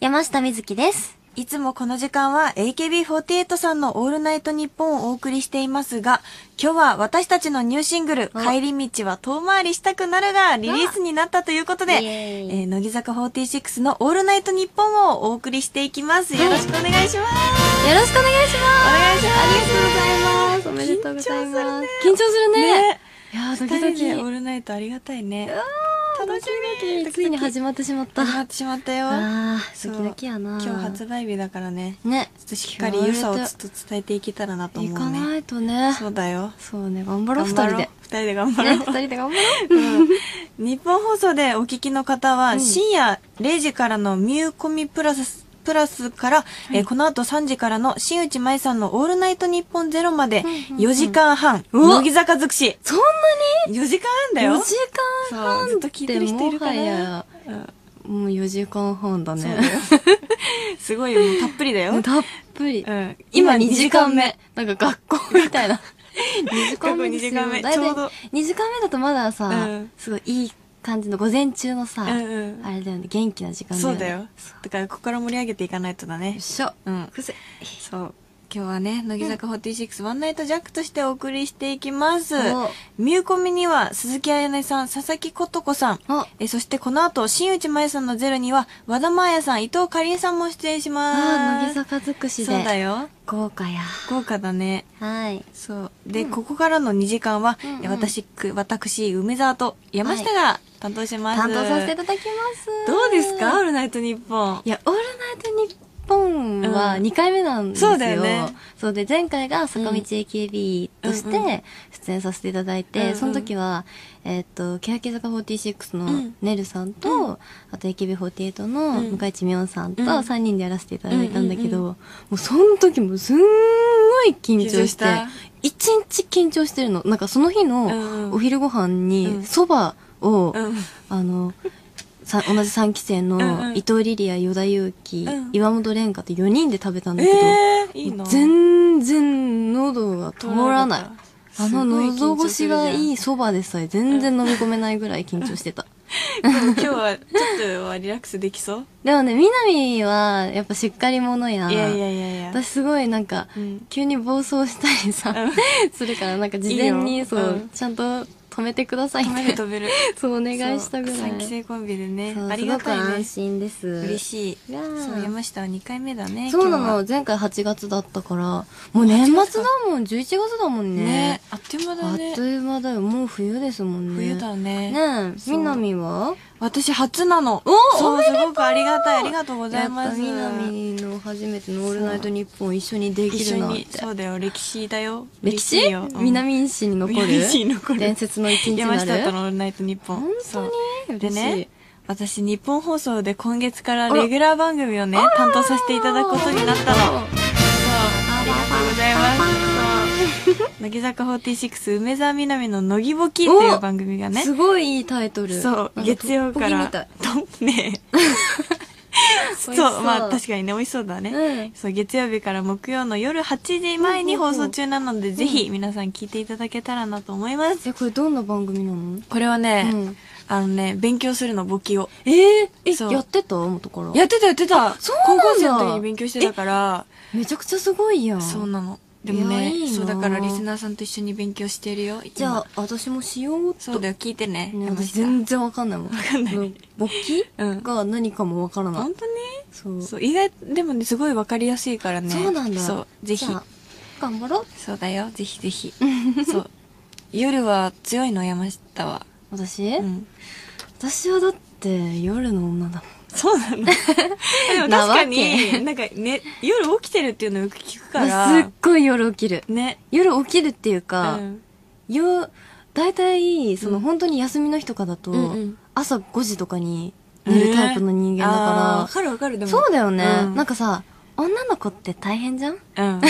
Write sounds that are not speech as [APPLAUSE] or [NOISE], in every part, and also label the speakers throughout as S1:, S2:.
S1: 山下美月です。
S2: いつもこの時間は AKB48 さんのオールナイトニッポンをお送りしていますが、今日は私たちのニューシングル、
S1: お
S2: 帰り道は遠回りしたくなるがリリースになったということで、
S1: イ
S2: え
S1: エーイ
S2: ー乃木坂46のオールナイトニッポンをお送りしていきます。よろしくお願いします。
S1: よろしくお願いします。
S2: 願いし
S1: ありがとうございます。おめでとうございます。緊張するね。いやー、ド
S2: 二人
S1: キ
S2: で
S1: ドキ。
S2: オールナイトありがたいね。楽しみ
S1: ついに始まってしまった。
S2: 始まってしまったよ。
S1: あー、
S2: そう
S1: ドキドキやな。
S2: 今日発売日だからね。
S1: ね。
S2: ちょっとしっかり良さをちょっと伝えていけたらなと思
S1: 行
S2: うね。
S1: かないとね。
S2: そうだよ。
S1: そうね、頑張ろう、二人で
S2: 頑張ろう。二人
S1: ね、
S2: で頑張ろう。
S1: 二人で頑張
S2: [LAUGHS]
S1: ろう。
S2: うん日本放送でお聞きの方は、
S1: うん
S2: 深夜0時からのミューコミプラス、プラスから、えーこの後3時からの新内舞さんのオールナイト日本ゼロまで
S1: うんうんうん
S2: 4時間半、
S1: うわ
S2: 乃木坂尽くし。
S1: そんな
S2: 4時間半だ
S1: に
S2: よ。
S1: ?4 時間半
S2: そうずっと聞いてる人いるかな
S1: ってもはや
S2: うん
S1: もう4時間半だ
S2: そう
S1: ね
S2: だ。よ [LAUGHS] すごいもうたっぷりだ
S1: [LAUGHS]
S2: よ。
S1: たっぷり
S2: う。ん
S1: 今2時間目。。なんか学校みたいな。2時間目ですよ。
S2: 学校二時間目
S1: だいたい
S2: ちょうど
S1: 2時間目だとまださ、
S2: うん
S1: すごいいい感じの午前中のさ、
S2: うんうん
S1: あれだよね、元気な時間だよね。
S2: そうだよ。だからここから盛り上げていかないとだね
S1: よっ。しょ。
S2: うん。
S1: くせ。
S2: そう。今日はね、乃木坂46、ワンナイトジャックとしてお送りしていきます。
S1: お
S2: ミューコミには鈴木彩音さん、佐々木琴子さん、
S1: あ、
S2: えそしてこの後、新内麻衣さんのゼロには、和田真彩さん、伊藤かりえさんも出演します。
S1: あー、乃木坂尽くし
S2: そうだ
S1: で。
S2: よ。
S1: 豪華や。
S2: 豪華だね。
S1: はい。
S2: そう。で、
S1: うん
S2: ここからの2時間は、
S1: うんうん
S2: え私く、私、梅沢と山下が担当します。
S1: 担当させていただきます。
S2: どうですかオールナイトニッポン
S1: い。や、オールナイトニッポンは
S2: うん
S1: 2回目なんですよ。
S2: そうだよね
S1: そうで、前回が坂道 AKB とし
S2: うんうんうん
S1: て出演させていただいて、
S2: うんうん
S1: その時は、えっと、欅坂46
S2: う
S1: の
S2: ん
S1: ねるさんと、
S2: う
S1: あと AKB48 の
S2: うん
S1: 向井地美音さんと
S2: うん
S1: 3人でやらせていただいたんだけど、
S2: うんうんうん
S1: もうその時もすんごい緊張
S2: 緊張
S1: し
S2: してた、
S1: 一日緊張してるの。なんかその日の
S2: ん
S1: お昼ご飯
S2: う
S1: に
S2: ん
S1: 蕎麦を、
S2: うん。
S1: あの、さ同じ3期生
S2: うんう
S1: の
S2: ん
S1: 伊藤リリア、与田祐希、
S2: うん
S1: 岩本蓮香って4人で食べたんだけど、
S2: えー、いいの
S1: 全然喉が通らない。あの喉越しがい
S2: い。
S1: いそばでさえ全然飲み込めないぐらい緊張してた。
S2: でも今日は、ちょっとはリラックスできそう
S1: でもね、みなみはやっぱしっかり者や。
S2: いやいやいやいや。
S1: 私すごいなんか、
S2: うん
S1: 急に暴走したりさ、するからなんか事前
S2: いい
S1: に
S2: よ
S1: そう、
S2: うん
S1: ちゃんと止めてください
S2: 止める
S1: って、
S2: 飛べる。
S1: そうお願いしたぐらい。
S2: そう三期生コンビでね
S1: そう。
S2: ありがた
S1: すごく安
S2: いね。
S1: 心です。
S2: 嬉し
S1: い
S2: い。
S1: やー
S2: そう、山下は2回目だね。
S1: そうな
S2: 今
S1: の
S2: 日
S1: 前回8月だったからもう年末だもん11月だもん
S2: は。
S1: ね
S2: ねあっという間
S1: あ
S2: だ
S1: っ
S2: ね
S1: と。いう間だよもう冬ですもんね
S2: 冬だね。
S1: ねえ
S2: そう
S1: みなみは
S2: 私初なの。そう、すごくありがたい。ありがとうございます。
S1: やっぱみなみの初めての「オールナイトニッポン」一緒にでき
S2: 一
S1: る
S2: 緒
S1: なっ
S2: に、
S1: て
S2: そうだよ、歴史だよ。
S1: 歴
S2: 嬉し
S1: 史
S2: いよ
S1: 南石に残る
S2: 南石に残る
S1: 伝説の一日に
S2: 山
S1: な
S2: 下と
S1: る
S2: のオールナイトニッポン。
S1: 本
S2: そう
S1: 当に
S2: で
S1: 嬉しい
S2: ね、私日本放送で今月から
S1: あら
S2: レギュラー番組をね、担当させていただくことになったの。そう。ありがとうございます。そう乃木坂46梅澤美波の乃木ぼきっていう番組がね
S1: す、ごいいいタイトル
S2: そう、月曜か
S1: ポキ
S2: ら、
S1: みたい
S2: と、ね、
S1: そ
S2: そう、まあ確かにね、美味しそうだね。
S1: うん
S2: そう月曜日から木曜の夜8時前に放送中なので、ぜひ皆さん聞いていただけたらなと思います。
S1: えこれどんな番組なの
S2: これはね、
S1: うん
S2: あのね、勉強するの、簿記を。
S1: えええ
S2: そう
S1: やってた元から
S2: やってたやってた
S1: そうなんだ
S2: 高校生の時に勉強してたから
S1: めちゃくちゃすごいやん
S2: そうなのでも
S1: いや
S2: ね
S1: いいな
S2: そうだからリスナーさんと一緒に勉強してるよ今
S1: じゃあ私もしようっと
S2: そうだよ聞いてね
S1: ね
S2: 山
S1: 私
S2: 下
S1: 全然わかんないもんわ
S2: かんない
S1: 勃起、
S2: うん
S1: が何かもわからない
S2: 本当に
S1: そう
S2: そう意外でもねすごいわかりやすいからね
S1: そうなんだ
S2: そうぜひ
S1: じゃあ頑張ろう
S2: そうだよぜひ
S1: [LAUGHS]
S2: ぜひそう夜は強いの山下は
S1: 私、
S2: うん
S1: 私はだって夜の女だもん
S2: そう [LAUGHS] なんだでも確
S1: なわ
S2: か
S1: け
S2: になんかね夜起きてるっていうのよく聞くか
S1: すっ
S2: ら
S1: ごい夜起きる
S2: ね
S1: 夜起きるっていうか、
S2: うん
S1: よ大体その、
S2: うん
S1: 本当に休みの日とかだと、
S2: うんうん
S1: 朝5時とかに寝るタイプの人間だ
S2: あー
S1: から
S2: わ、かるわかるでも
S1: そうだよね、
S2: うん
S1: なんかさ女の子って大変じゃん
S2: うん。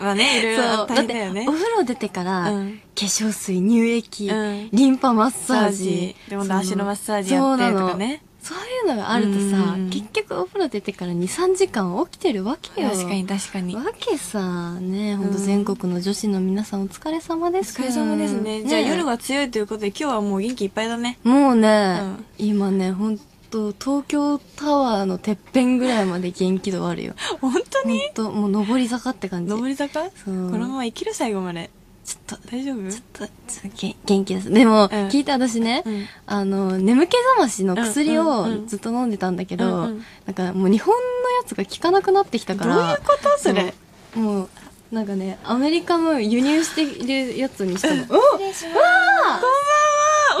S2: まあね、いろい
S1: そ
S2: ろ
S1: う。
S2: 大
S1: だっ
S2: 変
S1: て
S2: だよね。
S1: お風呂出てから、
S2: うん
S1: 化粧水、乳液、
S2: うん
S1: リンパマッサージ。
S2: マッサージでも
S1: その
S2: 足のマッサージやってとかね。
S1: そうなのそういうのがあるとさ
S2: うん、
S1: 結局お風呂出てから2、3時間起きてるわけよ。
S2: 確かに確かに。
S1: わけさ、ねほんと
S2: うん
S1: 全国の女子の皆さんお疲れ様
S2: お
S1: です。
S2: 疲れ様ですね。じゃあ夜は強いということで今日はもう元気いっぱいだね。
S1: もうね、
S2: うん
S1: 今ね、本と東京タワーのてっぺんぐらいまで元気度あるよ。
S2: 本当
S1: ほ
S2: に
S1: んと、もう上り坂って感じ。
S2: 上り坂こ
S1: そう
S2: のまま生きる最後まで
S1: ちょっと、
S2: 大丈夫
S1: ちょっと、ちょっとげ元気です。でも、
S2: うん
S1: 聞いた私ね、
S2: うん
S1: あの、眠気覚ましの薬
S2: うんうんう
S1: を
S2: ん
S1: ずっと飲んでたんだけ
S2: うん
S1: ど、
S2: うん
S1: なんかもう日本のやつが効かなくなってきたか
S2: どういう
S1: ら、
S2: ことそれ
S1: もう、なんかね、アメリカの輸入してるやつにしたの。
S2: お
S3: 失礼します。
S2: あ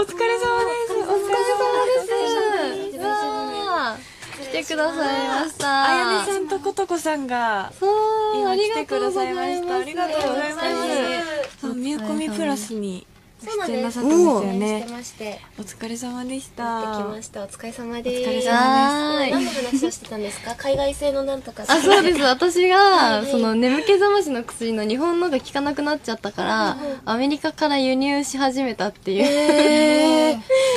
S2: お疲れ様です
S1: お疲れ様
S3: です
S1: です。わー来てくださいました。
S2: あやねさんとことこさんが
S1: そう、
S2: 今
S1: あり
S2: 来
S1: が
S2: て
S1: と
S2: く
S1: うご
S2: だ
S1: ざ
S2: さ
S1: い
S2: い
S1: ま
S2: ま
S1: し。
S2: したたありがとうございますそ
S1: お疲
S2: う
S1: れ様
S2: みゆこみプラスに
S3: そうなん
S2: 出演
S3: で
S2: な
S3: す。
S2: さ
S3: お
S2: ってますよ
S3: して
S2: ね
S3: まして、
S2: お疲れ様でした
S3: 行ってきました。お疲れ様です。
S2: お疲れ様です
S1: はー
S3: 何の
S1: い。
S3: 話をしてたんですか海外製のなんとか。
S1: あ、そう [LAUGHS] です。私が、
S3: い
S1: その、眠気覚ましの薬の日本のが効かなくなっちゃったから、アメリカから輸入し始めたっていう。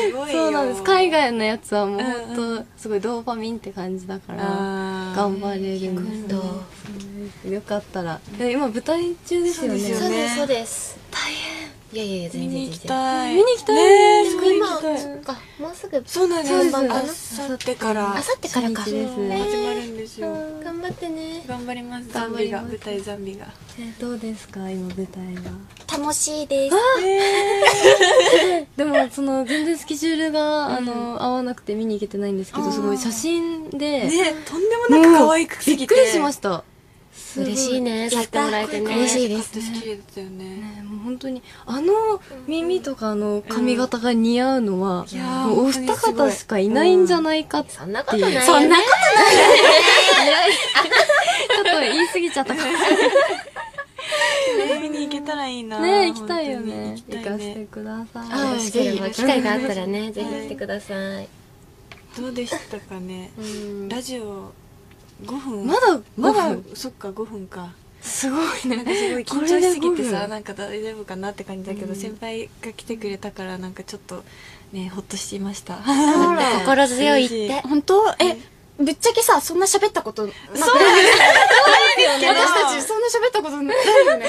S2: すごいよ
S1: [LAUGHS] そうなんです。海外のやつはもう
S2: うん
S1: 本当、すごいドーパミンって感じだから、
S2: あー
S1: 頑張れるんです
S3: どう
S1: よ。よかったら。え今、舞台中ですよね。
S2: そうですよ
S3: そう
S2: ね
S3: です、そうです。大変。いやいやいや、全
S2: 見
S3: 然
S2: に
S3: 全
S2: 行き
S3: 然。
S2: たい
S1: 見に行きたい
S2: ねえす
S3: で
S2: ご
S3: も
S2: い行
S3: 今
S2: きたい
S3: そっか、もうすぐ。
S2: そうなんです
S1: そうです
S2: あさってから
S3: あさってからか。
S1: 初日
S3: う
S1: で
S3: ん
S1: す
S2: 始まるんですよ
S3: 頑張ってね。
S2: 頑張りますザ
S1: 頑
S2: ン
S1: 張
S2: ビ
S1: り
S2: が
S1: ます
S2: 舞台ザンビが
S1: えどうですか今舞台は
S3: 楽しいです。
S1: でもその全然スケジュールが、あの合わなくて見に行けてないんですけ
S2: あー
S1: どすごい写真で、
S2: ねとんでもなく可愛くすぎ
S1: び
S2: て
S1: っくりしましたすご
S3: 嬉しいね、さってもらえてね。
S2: 嬉
S3: 嬉
S2: し
S3: し
S2: い
S3: い
S2: で
S3: ですす。
S2: ね。綺麗だったよね。
S1: ねもう本当にあの耳とかあの髪型が似合うのは、
S2: いやー
S1: もうお二方しかいないんじゃないかっていう、
S3: そんなことないよね。
S1: そんな
S3: こ
S2: [LAUGHS]
S1: ちょっと言い過ぎちゃったかも
S2: 見に行けたらいいな。
S1: ね行きたいよね
S2: 本当
S1: 行
S2: に行きた
S1: か
S2: い
S1: せて
S2: ね。
S1: ください
S3: とない。
S2: あ
S3: し
S2: ぜ
S3: け
S2: ひ
S3: れば機会があったらね、ぜひ来てください。
S2: どうでしたかね。
S3: うん
S2: ラジオ5分。
S1: まだま
S2: まだ
S1: だ
S2: そっか5分か。
S1: すごいね
S2: すごい緊張
S1: これで
S2: しすぎて
S1: 5
S2: さ
S1: 分
S2: なんか大丈夫かなって感じだけど、
S1: うん
S2: 先輩が来てくれたからなんかちょっとねほっとしま
S4: [LAUGHS]
S2: した。
S3: 心強いって。
S4: 本当え、ぶっちゃけさ、そんな喋ったこと、
S2: そうです。けど
S4: 私たちそんな喋ったことないよね。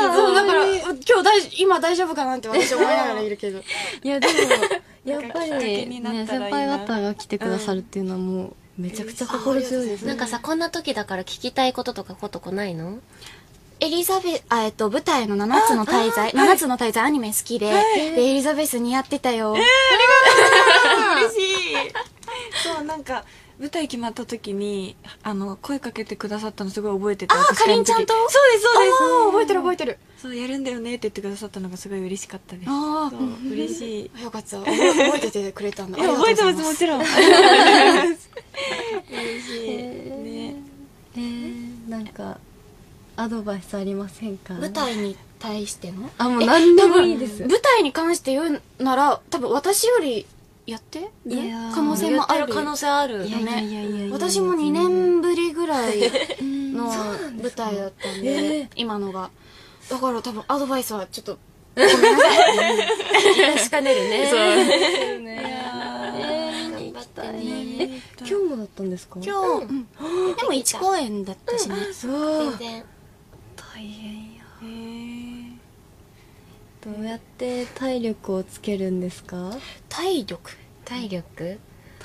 S4: そう、だから、今日大、今大丈夫かなって私思いながらいるけど。
S1: いやでもやっぱり
S2: きっかけになった
S1: ね先
S2: らいいな
S1: 輩方が来てくださるっていうのはもうめちゃくちゃ心強いです
S3: なん
S1: ね。
S3: かさ、こんな時だから聞きたいこととかことこないの
S4: [LAUGHS] エリザベあ、えっと、舞台の7つの滞在、7つの滞在アニメ好きで、で、エリザベス似合ってたよ。
S2: 嬉しいそうなんか舞台決まった時にあの声かけてくださったのすごい覚えてて
S4: あー
S2: 私らの時
S4: かりんちゃんと
S2: そうですそうです
S4: あー覚えてる覚えてる。
S2: そうやるんだよねって言ってくださったのがすごい嬉しかったです
S4: あー
S2: そう嬉し
S4: [LAUGHS]
S2: い
S4: よかった。覚え覚えててくれたんだ。
S2: いや覚えてますもちろん嬉
S4: [LAUGHS]
S2: しいね
S1: えーなんかアドバイスありませんか？
S4: 舞台に対しての
S1: あもう何でもいいで
S4: え
S1: す
S4: 多分。舞台に関して言うなら多分私よりやってる
S1: いやー
S4: 可能性もある
S3: 可能性ある
S4: い。やいやい
S1: いや
S4: 私も2年ぶりぐらいの舞台だったんで
S1: ええ
S4: 今のがだから多分アドバイスはちょっと [LAUGHS]
S3: 確かねるね。
S1: えー、行きたいね。え今日もだったんですか？
S4: 今
S1: 日
S4: 日、でも1公演だったしね、
S3: 全然。
S1: 大変や。
S2: へー
S1: どうやって体力をつけるんですか？
S4: 体力
S3: 体力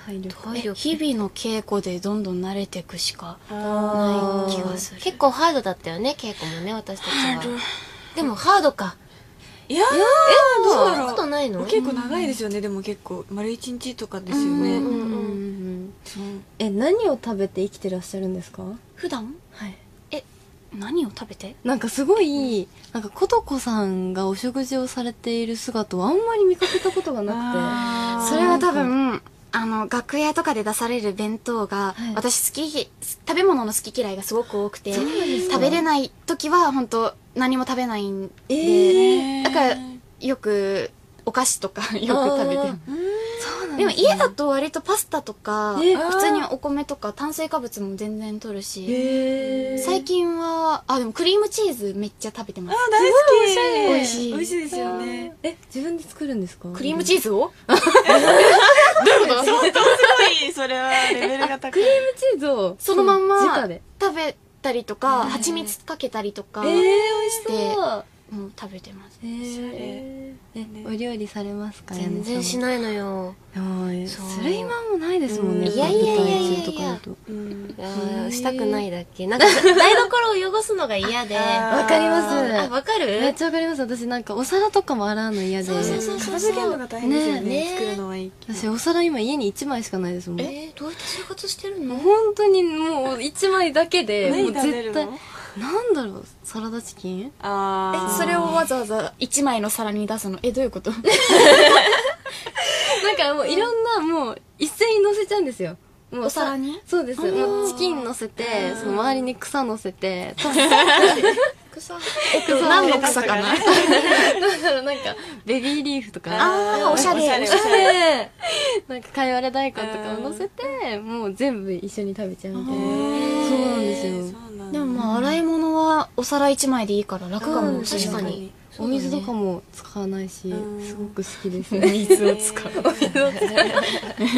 S1: 体力。
S4: え日々の稽古でどんどん慣れていくしか
S1: あ
S4: な
S1: ー
S4: い気がする
S3: 結構ハードだったよね、稽古もね、私たちは。でもハードか。
S2: いやー
S3: そ
S2: ど
S3: んな
S2: う
S3: こ
S2: だろ
S3: と
S2: う
S3: ないの
S2: 結構長いですよねでも結構丸一日とかですよ
S4: うん
S2: ね
S4: うん
S1: うんうん
S4: うん
S1: うん。
S2: そう
S1: え何を食べて生きてらっしゃるんですか？
S4: 普段
S1: はい。
S4: 何を食べて
S1: なんかすごい、なんかことこさんがお食事をされている姿をあんまり見かけたことがな
S2: あー
S4: それは多分あの楽屋とかで出される弁当が、
S1: はい
S4: 私好き食べ物の好き嫌いがすごく多くて
S1: そうなんですか
S4: 食べれない時は本当何も食べないんで、
S1: え
S4: だからよくお菓子とか [LAUGHS] よく食べて
S1: あー
S4: る
S1: くて。そうなん
S4: でも
S1: すね
S4: 家だと割とパスタとか、
S1: え
S4: 普通にお米とか炭水化物も全然取るし、
S1: へー
S4: 最近はあでもクリームチーズめっちゃ食べてます
S2: あ大好き
S4: 美味しい
S2: 美味しいですよね
S1: え、自分で作るんですか
S4: クリームチ
S1: ーズ
S4: ーズをどういうこと
S2: すごいそれはレベルが高い
S1: クリームチーズを
S4: そのまんま
S1: 直で。
S4: 食べたりとか、蜂蜜かけたりとか、
S1: えー、美味しそう
S4: もう食べてます
S1: えーえお料理されますか
S3: 全然し
S1: な
S3: ないのよ
S1: い
S3: そう
S1: する今もないですもんね
S2: うん
S1: その舞台
S3: いやいやいやいや
S1: 中とかだと
S2: うん
S3: いや
S1: へー
S3: ーしたくないだっけなんか台所を汚すのが嫌で
S2: あ
S3: あ
S1: わかります
S3: わかる
S1: めっちゃわかります私なんかお皿とかも洗うの嫌で
S3: そうそうそう
S2: 片付けるのが大変ですよね
S3: ねえ
S2: 作るのはいいけど
S1: 私お皿今家に1枚しかないですもん
S3: えどうやって生活してるの
S1: 本当にもう1枚だけでも
S2: 何
S1: う
S2: 食べる
S1: 絶対
S2: の
S1: なんだろうサラダチキン
S2: あ
S4: え
S2: ー
S4: それをわざわざ一枚の皿に出すのえどういうこと
S1: なんかもういろんなもう一斉に乗せちゃうんですよもう
S4: お皿に
S1: そうです
S2: ー
S1: もうチキン乗せてその周りに草乗せて多分
S3: 草
S4: 何の草か
S1: な
S2: [LAUGHS]
S4: な
S1: んだろうなんかベビーリーフとか
S4: あーおしゃれ
S2: おしゃれおしゃれ
S1: で [LAUGHS] なんかかいわれ大根とかを乗せてもう全部一緒に食べちゃうみたいなそうなんですよ
S2: そうなんだ
S4: でもまあ洗い物はお皿一枚でいいから楽か
S3: うん
S4: もしれ
S3: 確か
S4: ない、
S3: に
S1: お水とかも使わないし
S2: うん
S1: すごく好きです
S4: お
S1: ね
S4: 水を使う
S1: そうなんんで
S3: そうなだ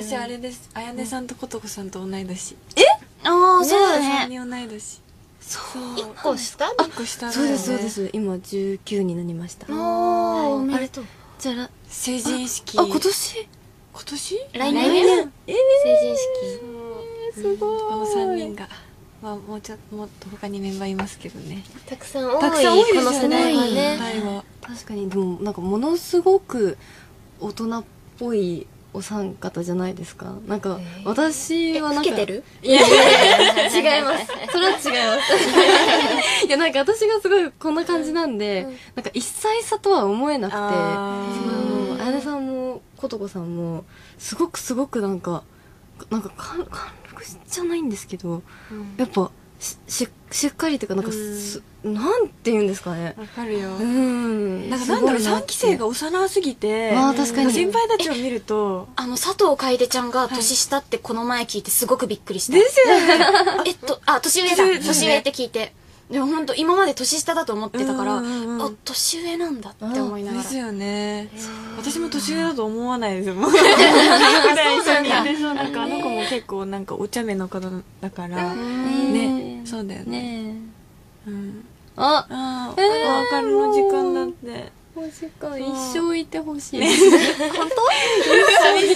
S1: すよ
S2: 私あれですあやねさんとことこさんと同い年
S4: ああそうだ
S2: 三
S4: ね
S2: 人同い年そう
S3: 一個した
S2: 一個下だよ
S1: そう
S2: ね
S1: ですそうです今19になりました
S4: あおめ
S1: あ
S4: で
S1: れ
S4: とう
S1: じゃあらあ
S2: 成人式
S1: 今年
S2: 今年
S3: 来
S1: 来
S3: 年
S1: 年え
S3: 成人式
S1: すごい
S2: この三人がまあもうちょっともっと他にメンバーいますけどね
S3: たくさん多い
S2: たくさん多いですよね
S3: この世代はね
S2: はいは
S1: 確かにでもなんかものすごく大人っぽいお三方じゃないですかなんか
S3: えー
S1: 私はなんか
S4: 老けてる
S1: いやいやいや違いますそれは違います [LAUGHS] いやなんか私がすごいこんな感じなんで、
S3: うん
S1: なんか一歳差とは思えなくて
S2: あー
S1: そのあやねさんもことこさんもすごくすごくなんかなんか貫貫禄じゃないんですけど
S3: うん
S1: やっぱしししっかりというかなんかす、なんて言うんですかね
S2: わかるよ
S1: うーん
S2: なんかなんだろう
S1: すごいな
S2: 三期生が幼すぎて
S1: まあ確かに
S2: 先輩たちを見ると
S4: あの佐藤楓ちゃんが年下ってこの前聞いてすごくびっくりした、
S2: です [LAUGHS] よね
S4: えっとあ年上
S2: 年上で
S4: だ
S2: すね
S4: 年上って聞いてでも本当今まで年下だと思ってたから、
S2: うんうんうん
S4: あ年上なんだって思いなが
S2: で
S4: ら
S2: すよね私も年上だと思わないですもん普段一緒にいてそうなんかあの子も結構なんかお茶目の方だからね
S1: ね
S2: そうだよね
S1: ねえ
S2: うん
S1: あ
S2: ああ
S1: えー
S2: お別れの時間だって
S1: もしか
S2: そう
S1: 一生いてほしい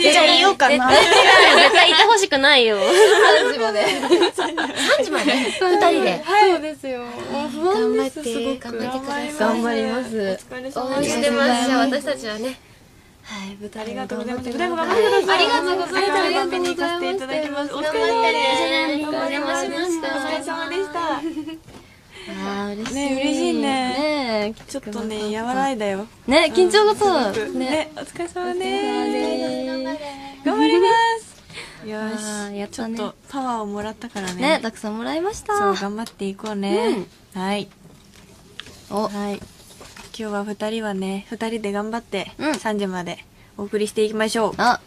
S4: じゃあ言おうかな
S3: 絶対いてほしくないよ
S1: 3時まで
S3: 3時まで
S1: 2
S3: 人で
S1: そうですよもう不安で
S3: 頑張
S1: す
S3: っ
S1: す
S3: て
S1: ごく
S3: 頑張ってください
S1: 頑張ります
S2: お疲れ様
S3: 応
S2: で
S3: 援
S2: し
S3: したてますじゃあ
S1: ありがとうございます
S3: 私たちはね
S1: はい舞台
S2: ありがとうございます。
S1: 頑
S2: お
S1: 張
S2: 台
S1: って
S2: も
S1: く
S2: 頑
S1: だ
S2: 張
S1: さ
S2: って
S1: い
S2: ください。お頑張っていかせてい
S3: ありがとうございます
S2: ただきます。お疲れ様で
S3: 頑張ってねお邪魔しました
S2: お疲れ様でした。
S1: あー嬉しい
S2: ね嬉しいね
S1: ねえ
S2: ちょっとね、和らいだよ。
S1: ね緊張がさ
S2: すご
S1: ね
S2: くね、お疲れ様
S1: ね
S2: です。
S1: 頑張れ
S2: 頑張ります。よ
S1: あーやっ
S2: し、ち
S1: た
S2: ょっ
S1: ね
S2: とパワーをもらったから
S1: ね
S2: ね。
S1: たくさんもらいました
S2: そう、頑張っていこうね。はい。
S1: お
S2: はい。今日は二人はね、二人で頑張って、
S1: うん
S2: 3時までお送りしていきましょう。
S1: あ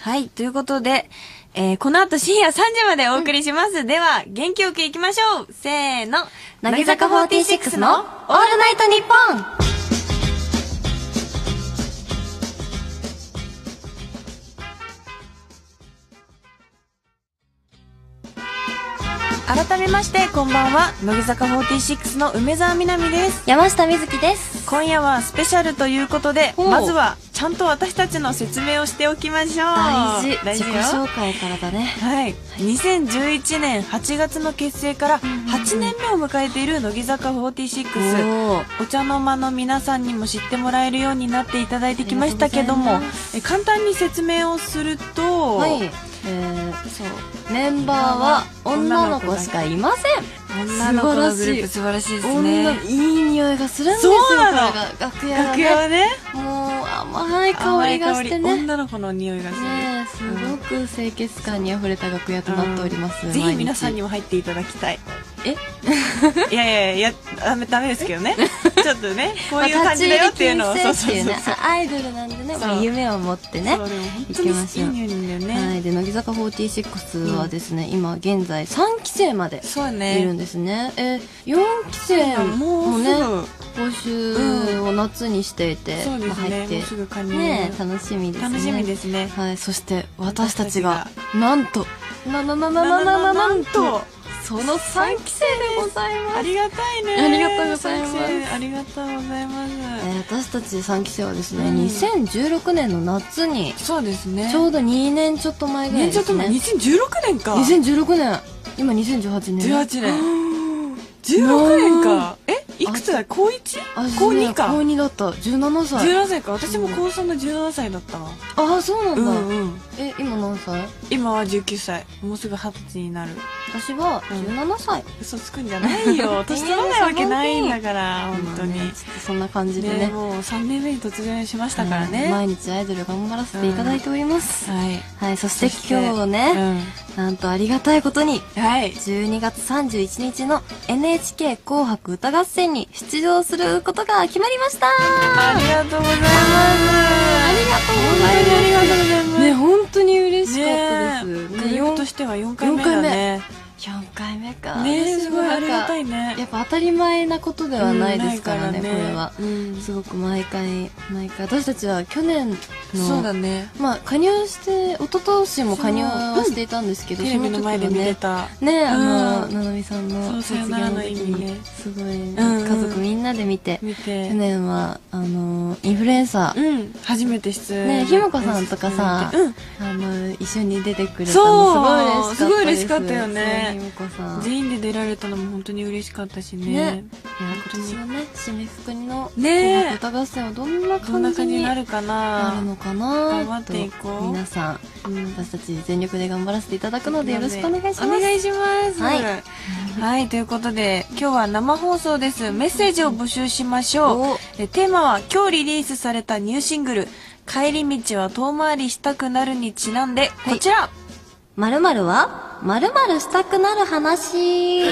S2: はい、ということで、えー、この後深夜3時までお送りします。では、元気よくいきましょうせーの
S1: 乃木坂46のオールナイトニッポン
S2: 改めまして、こんばんは。乃木坂46の梅澤美波です。
S1: 山下美月です
S2: 今夜はスペシャルということで、
S1: ほう
S2: まずは、ちゃんと私たちの説明をしておきましょう。
S1: 大事
S2: 大事
S1: 自己
S2: よ。
S1: 紹介からだね
S2: はい、2011年8月の結成から8年目を迎えている乃木坂46。
S1: おー
S2: お茶の間の皆さんにも知ってもらえるようになっていただいてきましたけど
S1: あ
S2: も
S1: りがとうございま
S2: え簡単に説明をすると、
S1: はい、えー、
S2: そう
S1: メンバーは女の子しかいません
S2: 女の子のグループ
S1: 素
S2: 素晴らしいです
S1: 女
S2: ね
S1: のいい匂いがするんですよ
S2: そうなの
S1: これが楽屋が
S2: 楽
S1: ね
S2: 屋はね
S1: もう甘い香りがして
S2: 甘い香り
S1: ねね
S2: 女の子の匂いがする、
S1: えすごく清潔感にあふれた楽屋となっております、
S2: ぜひ皆さん
S1: に
S2: にも入っていただきたい
S1: え
S2: [LAUGHS] いやいやいやダメダメですけど
S1: [LAUGHS]
S2: ねちょっとねこういう感じだよっていうのを
S1: ま
S2: そ
S1: あ
S2: う
S1: 立
S2: そ
S1: ち
S2: う
S1: 入り禁止ってい
S2: そう
S1: うねあアイドルなんでね、まあ、
S2: そう
S1: 夢を持ってね
S2: そうでも本当
S1: 行きましょう
S2: にいい匂いなんだよね、
S1: はい、で乃木坂46はですね、今現在3期生まで
S2: そう
S1: いる
S2: ね
S1: んですねえ4期生
S2: も
S1: も
S2: うす
S1: ね
S2: ぐ
S1: 募集を夏にしていて、
S2: そうで
S1: まあ
S2: すね
S1: 入っ
S2: も
S1: て
S2: うすぐ加入
S1: ねえ楽しみですね
S2: 楽しみですね
S1: はいそして私たちが
S2: 私
S1: なんとななななななななんとその3期生でございます
S2: ありがたいね
S1: ありがとうございます
S2: 三期生ありがとうございます、
S1: えー私たち3期生はですね、
S2: うん
S1: 2016年の夏に
S2: そうですね
S1: ちょうど2年ちょっと前ぐらいで
S2: ねちょっ
S1: す
S2: と
S1: ね
S2: 待って2016年か
S1: 2016年今2018年
S2: 18年16年かえいくつだ高 1?
S1: あ
S2: 高
S1: そうね
S2: 2か
S1: 高2だった17歳
S2: 17歳か私も高3の17歳だったわ
S1: ああそうなん
S2: う
S1: だ、
S2: んうん
S1: え今何歳
S2: 今は19歳もうすぐ20歳になる
S1: 私は17歳、
S2: 嘘つくんじゃない [LAUGHS] よ年取らないわけないんだから本当に
S1: まあねちょっとそんな感じでね
S2: ねもう3年目に突然しましたから
S1: うん
S2: ね
S1: 毎日アイドル頑張らせていただいております、
S2: はい
S1: はいそし
S2: そ
S1: て
S2: して
S1: 今日
S2: う
S1: ね、
S2: ん
S1: なんとありがたいことに
S2: はい
S1: 12月31日の NHK 紅白歌合戦に出場することが決まりました
S2: ありがとうございます
S1: ありがとうござい
S2: ありがとうございま
S1: ますすね本当に嬉しかったです、ね
S2: ねグループと
S1: 4
S2: しては4回目だね
S1: 回目か
S2: ね
S1: 私
S2: す
S1: も
S2: ごい
S1: な
S2: あ
S1: ん
S2: り
S1: か
S2: がたいね
S1: やっぱ当たり前なことではないですからね,、
S2: うん
S1: これは
S2: うん
S1: すごく毎回毎回私たちは去年の
S2: そうだね
S1: まあ加入して一昨年も加入はしていたんですけど、
S2: テレビの前で見て
S1: ね
S2: た
S1: ねあの、
S2: うん
S1: ななみさん
S2: そう
S1: の
S2: さ
S1: 卒業
S2: よなら
S1: の
S2: の
S1: 時
S2: 意味ね
S1: にすごい、
S2: んうん
S1: 家族みんなで見て、
S2: 見て
S1: 去年はあのインフルエンサー、
S2: うん初めて出演
S1: ねひもこさんとかさ
S2: うん
S1: あの一緒に出てくれた
S2: そ
S1: の
S2: う
S1: すごい嬉しかったです
S2: ごい嬉しかったよね
S1: そうひもこさんいや
S2: 全員で出られたのも本当に嬉しかったしね
S1: ね今年はね締めくくりの紅
S2: ね
S1: 白歌合戦はどんな
S2: どんな
S1: 感じ
S2: 感じ
S1: に
S2: にな
S1: なる
S2: るかな
S1: のかな
S2: 頑張っていことう
S1: 皆さん
S2: うん
S1: 私たち全力で頑張らせていただくのでよろしくお願いします
S2: お願いします
S1: はい
S2: はいということで今日は生放送ですメッセージを募集しましょう
S1: お
S2: えテーマは今日リリースされたニューシングル「帰り道は遠回りしたくなる」にちなんでこちら、
S1: まるまるはまるまるしたくなる話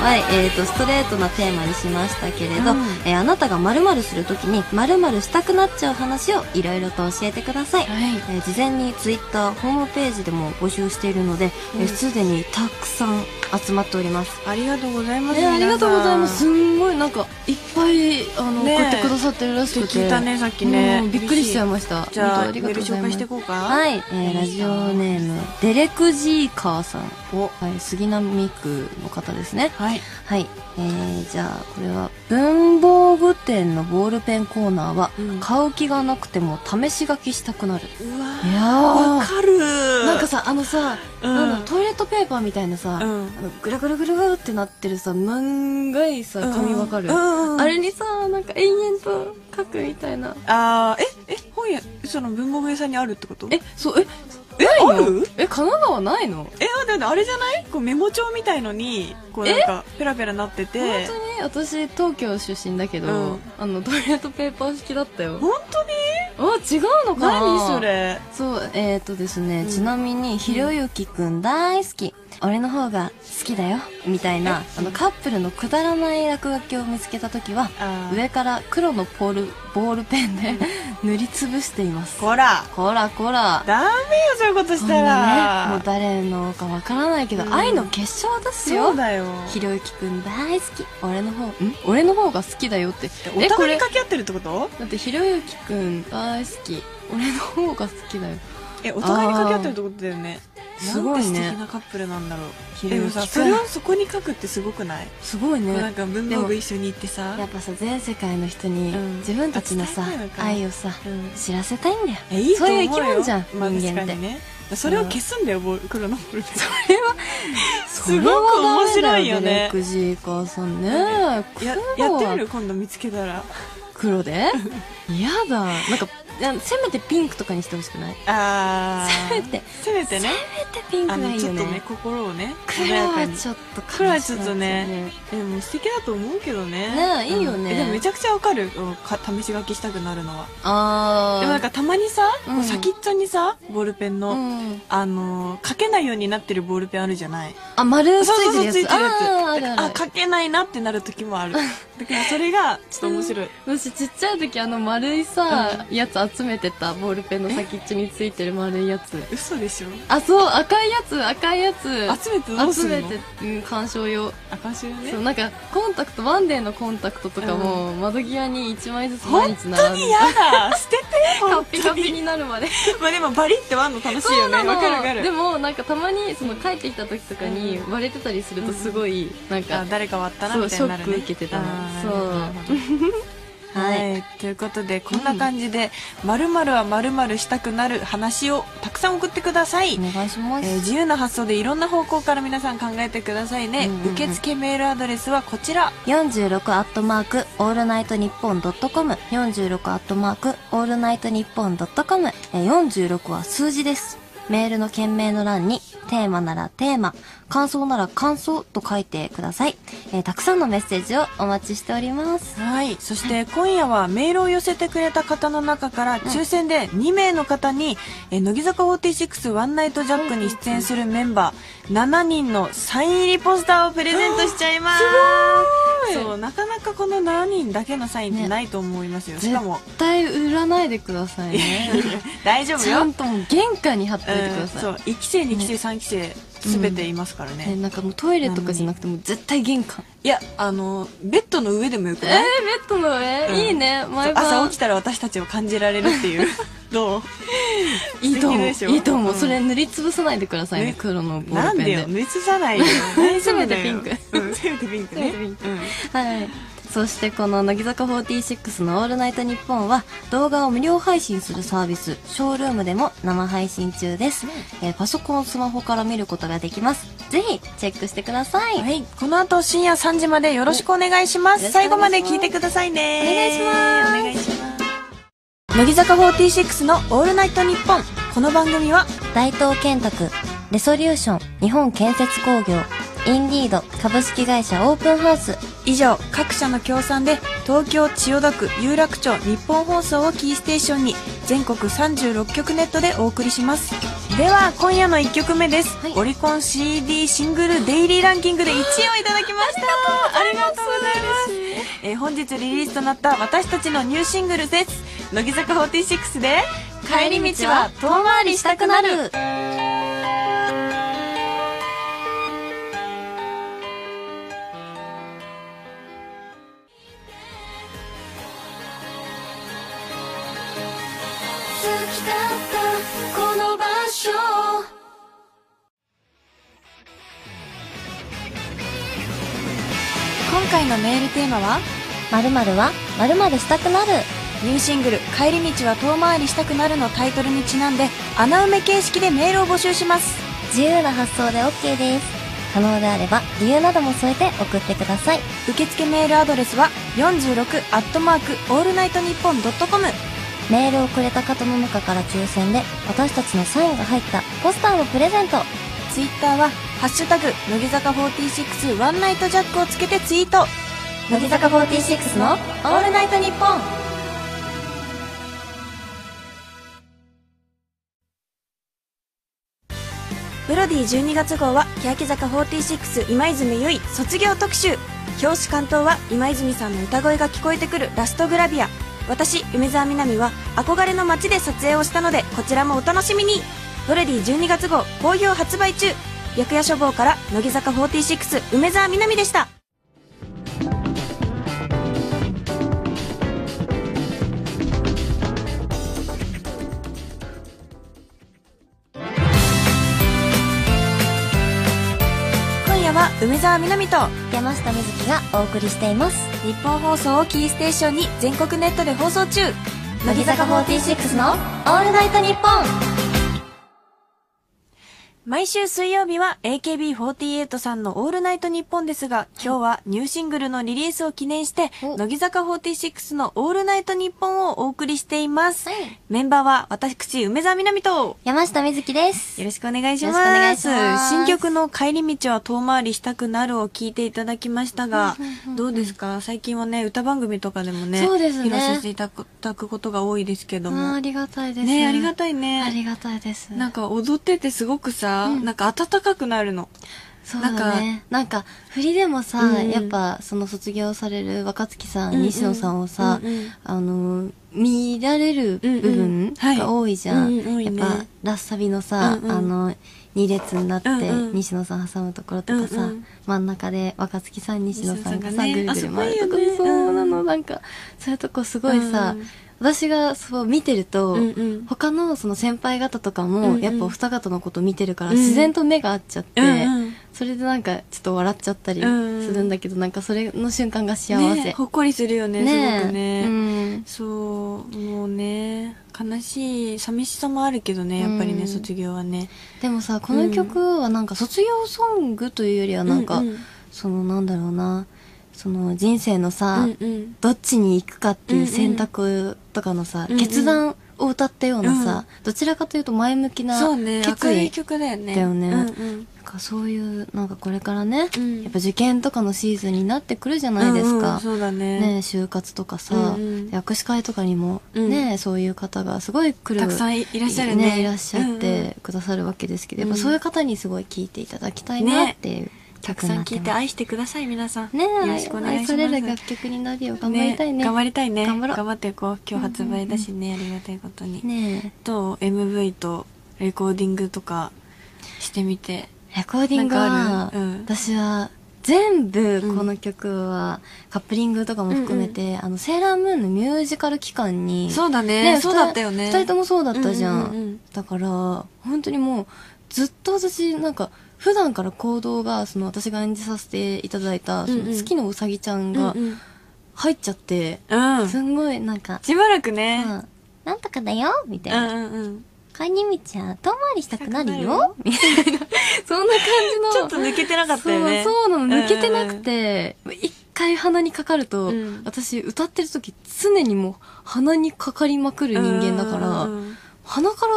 S1: はい、えー、とストレートなテーマにしましたけれど、
S2: うん
S1: えーあなたがまるまるするときにまるまるしたくなっちゃう話をいろいろと教えてください、
S2: はい
S1: えー事前にツイッターホームページでも募集しているので
S2: うん
S1: えーすで、にたくさん集まっております
S2: ありがとうございます、
S1: ね、ありがとうございます。す
S2: っ
S1: んごいなんかいっぱいあの、
S2: ね
S1: 送ってくださってるらしてくて
S2: 聞いたねさっきね
S1: うんびっくりしちゃいました
S2: じゃあ
S1: 本当
S2: メール紹介していこうか
S1: はいい、えーラジオネームデレク・ジーカーさんを、はい、杉並区の方ですね
S2: はい
S1: はい、えー、じゃあこれは文房具店のボールペンコーナーは、
S2: うん
S1: 買う気がなくても試し書きしたくなる
S2: うわ
S1: いや
S2: わかる
S1: なんかさあのさ、
S2: うん
S1: なんだトイレットペーパーみたいなさ、
S2: うん
S1: あのグラグラグラグラってなってるさ長いさ紙わかる、
S2: うんうんうん
S1: あれにさなんか延々と書くみたいな
S2: あーええ本屋その文房具屋さんにあるってこと
S1: えそうえ
S2: えあ
S1: ないの
S2: る
S1: え神奈川ないの
S2: えあだってあれじゃないこうメモ帳みたいのにこうなんかペラペラなって
S1: 本
S2: て
S1: 当に私東京出身だけど、
S2: うん
S1: あのトイレットペーパー式だったよ
S2: 本当に
S1: あ違うのかな
S2: 何それ
S1: そうえっ、ー、とですね、
S2: うん
S1: ちなみにひろゆきくん大好き、俺の方が好きだよみたいなあのカップルのくだらない落書きを見つけた時は
S2: あー
S1: 上から黒のポールボールペンで [LAUGHS] 塗りつぶしています
S2: こら
S1: こらこら
S2: ダメよそういうことし
S1: こん
S2: た
S1: なねも
S2: ら
S1: う誰のかわからないけど、
S2: うん
S1: 愛の結晶です
S2: そ
S1: よ
S2: うだよ
S1: ひろゆきくん大好き俺の方ん俺の方が好きだよって
S2: お
S1: えこ
S2: 互い
S1: れ
S2: に掛け合ってるってこと
S1: だってひろゆきくん大好き俺の方が好きだよ
S2: えお互いに掛け合ってるってことだよね
S1: すごいね
S2: なんて素敵なカップルなんだろう
S1: ひろ
S2: で
S1: ゆ
S2: も
S1: き
S2: さそ
S1: くん
S2: れをそこに書くってすごくない
S1: すごい
S2: なん
S1: ね
S2: か文房具一緒に行ってさ
S1: やっぱさ全世界の人に
S2: うん
S1: 自分たちのさ
S2: あ伝えたいのか
S1: 愛をさ
S2: うん
S1: 知らせたいんだよ
S2: えいいと
S1: そう
S2: 思う
S1: いう
S2: よ
S1: 生き物じゃん
S2: まあ
S1: 人間っ
S2: 確か
S1: て
S2: にねそれを消すんだよボール黒のボールペン
S1: [LAUGHS] そ
S2: すごく面白い
S1: れはダメだ
S2: よね
S1: デレクジーカーさんね
S2: や
S1: 黒
S2: や
S1: は
S2: ってみる今度見つけ
S1: [LAUGHS]
S2: たら
S1: 黒 [LAUGHS] で嫌だなんかなんせめてピンクとかにしてほしくない
S2: あ
S1: せ
S2: ー
S1: めて
S2: せめてね
S1: せめてピンク
S2: あ
S1: が
S2: の
S1: いい
S2: ちょ
S1: よ
S2: っとね
S1: ね
S2: 心をね
S1: 黒
S2: 穏やか
S1: は
S2: に
S1: ちょっと悲しい
S2: 黒はちょっとねえもう素敵だと思うけどね
S1: ねえいいよね
S2: うんえでもめちゃくちゃわかるうんか試し書きしたくなるのは
S1: あー
S2: でもなんかたまにさ
S1: うん
S2: こう先っちょにさボールペン
S1: う
S2: の
S1: ん
S2: あのー書けないようになってるボールペンあるじゃない
S1: あ丸つ
S2: そう
S1: い
S2: そ
S1: てる
S2: うそう
S1: や
S2: ついてる
S1: つ
S2: やつ
S1: あーあるある
S2: あ書けないなってなる時もあるだからそれがちょっと面白い
S1: 私ちっちゃい時あの丸いさ、やつ集めてたボールペンの先っちょについてる丸いやつ
S2: 嘘でしょ
S1: あそう赤いやつ赤いやつ
S2: 集めてどうす
S1: 集
S2: んの
S1: めて、うん、鑑賞用
S2: 赤潮ね
S1: そうなんかコンタクトワンデーのコンタクトとかも窓際に1枚ずつ毎
S2: 本
S1: 日
S2: 当
S1: 並ん
S2: に
S1: で
S2: 嫌だ捨てて
S1: カ [LAUGHS]
S2: 本
S1: ピ
S2: 当
S1: カ
S2: に
S1: ピになるまで
S2: まあでもバリって割るの楽しいよねわかるわかる
S1: でもなんかたまにその帰ってきた時とかに割れてたりするとすごいなんか、
S2: あ誰か割ったなみたいになるね
S1: そうショック受けてたな
S2: あー
S1: そう
S2: なるほど
S1: [LAUGHS]
S2: はい、ということでこんな感じで「まるまるはまるまるしたくなる話」をたくさん送ってください、
S1: お願いしま
S2: えー自由な発想でいろんな方向から皆さん考えてくださいね、
S1: うんうんうん
S2: 受付メールアドレスはこちら
S1: 46アットマークオールナイトニッポンドットコム46アットマークオールナイトニッポンドットコム46は数字ですメールの件名の欄にテーマならテーマ感想なら感想と書いてください、えーたくさんのメッセージをお待ちしております
S2: はいそして今夜はメールを寄せてくれた方の中から抽選で2名の方に、えー乃木坂46ワンナイトジャックに出演するメンバー7人のサイン入りポスターをプレゼントしちゃいますそうなかなかこの7人だけのサインってないと思いますよ、し
S1: [LAUGHS]
S2: かも
S1: 対売らないでくださいね
S2: 大
S1: [LAUGHS]
S2: 丈夫よ、うん、
S1: ともう玄関に貼っと
S2: そう1期生2期生3期生全ていますからね、
S1: ねなんかもうトイレとかじゃなくてもう絶対玄関
S2: いやあのベッドの上でもよく
S1: え
S2: ない、
S1: ベッドの上、
S2: うん
S1: いいね毎晩
S2: 朝起きたら私たちを感じられるっていう
S1: [LAUGHS]
S2: どう
S1: いいと思
S2: 素敵
S1: う
S2: でしょ
S1: いいと思う、
S2: うん
S1: それ塗りつぶさないでくださいね
S2: ね
S1: 黒のボ
S2: な
S1: ール
S2: ん
S1: ペン
S2: で
S1: で
S2: よ塗りつぶさないよ大丈夫だ
S1: せめ
S2: よ
S1: て
S2: ピンク、うん、せめてピンクね
S1: せめてピンク
S2: うん
S1: はいそしてこの乃木坂46の「オールナイトニッポン」は動画を無料配信するサービスショールームでも生配信中です、えーパソコンスマホから見ることができますぜひチェックしてください、
S2: はい、この後深夜3時までよろしくお願いします。
S1: お
S2: 最後まで聞いてくださいね。
S1: お願いします
S2: お願いします。乃木坂46のオールナイトニッポン。この番組は
S1: 大東建託レソリューション日本建設工業インディード株式会社オープンハウス
S2: 以上各社の協賛で東京千代田区有楽町日本放送をキーステーションに全国36局ネットでお送りしますでは今夜の1曲目です、
S1: はい
S2: オリコン CD シングルデイリーランキングで1位をいただきましたありがとうございますえー本日リリースとなった私たちのニューシングルです乃木坂46で帰り道は遠回りしたくなる今回のメールテーマは
S1: まるまるはまるまるしたくなる
S2: ニューシングル「帰り道は遠回りしたくなる」のタイトルにちなんで穴埋め形式でメールを募集します
S1: 自由な発想で OK です可能であれば理由なども添えて送ってください
S2: 受付メールアドレスは46アットマークオールナイトニッポンドットコム
S1: メールをくれた方の中から抽選で私たちのサインが入ったポスターをプレゼント
S2: ツイッターは「ハッシュタグ乃木坂46ワンナイトジャック」をつけてツイート
S1: 乃木坂46の
S2: 「オールナイトニッポン」ブロディ12月号は欅坂46今泉由衣卒業特集表紙担当は今泉さんの歌声が聞こえてくるラストグラビア私梅澤美波は憧れの街で撮影をしたのでこちらもお楽しみにブロディ12月号好評発売中薬屋書房から乃木坂46梅澤美波でした今夜は梅澤美波と
S1: 山下美月がお送りしています
S2: 日本放送をキーステーションに全国ネットで放送中
S1: 乃木坂46の「オールナイトニッポン」
S2: 毎週水曜日は AKB48 さんの「オールナイトニッポン」ですが今日はニューシングルのリリースを記念して
S1: お
S2: 乃木坂46の「オールナイトニッポン」をお送りしています
S1: はい
S2: メンバーは私梅澤美波と
S1: 山下美月です
S2: よろしくお願いします。
S1: よろしくお願いします
S2: 新曲の帰り道は遠回りしたくなるを聞いていただきましたが、どうですか最近はね、歌番組とかでもね、
S1: そうですね
S2: 披露させていただくことが多いですけども。
S1: りがたいで
S2: ねありが
S1: い
S2: たいね。
S1: がたいです
S2: なんか踊っててすごくさ、
S1: うん
S2: なんか温かくなるの。
S1: そう
S2: なんか
S1: だね。なんか、振りでもさ、
S2: うん
S1: やっぱ、その卒業される若月さん、
S2: うんうん
S1: 西野さんをさ、
S2: うんうん
S1: あの、見られる部
S2: うんうん
S1: 分
S2: はい
S1: が多いじゃん。
S2: うん多いね
S1: やっぱ、ラッサビのさ、
S2: うんうん
S1: あの、二列になって、
S2: うんうん
S1: 西野さん挟むところとかさ、
S2: うんうん
S1: 真ん中で若月さん、西野さんがさ、
S2: 西
S1: ぐ
S2: 野
S1: る
S2: さ
S1: ぐる
S2: んが
S1: 回
S2: ね
S1: るところ、
S2: あそ
S1: そ
S2: こいいよね
S1: うなの、なんか、そういうとこすごいさ、
S2: うん
S1: 私がそう見てると、
S2: うんうん
S1: 他のその先輩方とか
S2: うん
S1: も、
S2: うん
S1: やっぱお二方のこと見てるから、
S2: うん
S1: 自然と目が合っちゃって、
S2: うんうん
S1: それでなんかちょっと笑っちゃったりするんだけど、なんかそれの瞬間が幸せ。
S2: ねえほっこりするよね
S1: ね
S2: すごくね、
S1: うん。
S2: そうもうね悲しい寂しさもあるけどねやっぱりね、
S1: うん
S2: 卒業はね
S1: でもさ、この曲はなんか卒業ソングというよりはなんか、
S2: うんうん
S1: そのなんだろうな、その人生のさ、
S2: うんうん
S1: どっちに行くかっていう選択とかのさ、
S2: うんうん
S1: 決断を歌ったようなさ、どちらかというと前向きな
S2: そうね
S1: 決
S2: 明るい
S1: 意。
S2: 曲だよね
S1: だよね
S2: うんうん
S1: なんかそういう、なんかこれからね、
S2: うん
S1: やっぱ受験とかのシーズンになってくるじゃないです
S2: うんう
S1: か
S2: ん。そうだね
S1: ね、就活とかさ、
S2: うんうん
S1: 握手会とかにも
S2: うん
S1: ね、そういう方がすごい来る
S2: たくさんいらっしゃるね
S1: いらっしゃってくださるわけですけど、
S2: うん
S1: やっぱそういう方にすごい聞いていただきたいなっていう
S2: たく
S1: 曲に
S2: さん
S1: なっ
S2: 聞
S1: て
S2: いて
S1: ます。
S2: 愛してください皆さん
S1: ね
S2: よろしくお願いします
S1: 愛される楽曲になるよう頑張りたいね。
S2: 頑張りたいね
S1: 頑張ろう
S2: っていこう今日発売だしね、ありがたいことに、
S1: ね
S2: と MV とレコーディングとかしてみて
S1: レコーディング
S2: なん
S1: は
S2: かあ、るうん
S1: 私は全部この曲は、カップリングとかも含めて、あの、セーラームーンのミュージカル期間に、
S2: そうだねそうだったよね
S1: 二人ともそうだったじゃん。
S2: うんうんうん
S1: だから、本当にもう、ずっと私、なんか、普段から行動が、その私が演じさせていただいた、その
S2: うんうん
S1: 好きのうさぎちゃんが
S2: うんうん
S1: 入っちゃって、
S2: うん
S1: すんごいなんか、
S2: しばらくね、
S1: まあなんとかだよみたいな。
S2: うんうんうん
S1: 帰り道は遠回りしたくなる
S2: した
S1: よみたいな。 [LAUGHS] そんな感じの。
S2: ちょっと抜けてなかったよね
S1: そうそうなの
S2: んんん
S1: 抜けてなくて一回鼻にかかると、
S2: うん
S1: 私歌ってる時常にもう鼻にかかりまくる人間だから、
S2: うんうんうん
S1: 鼻から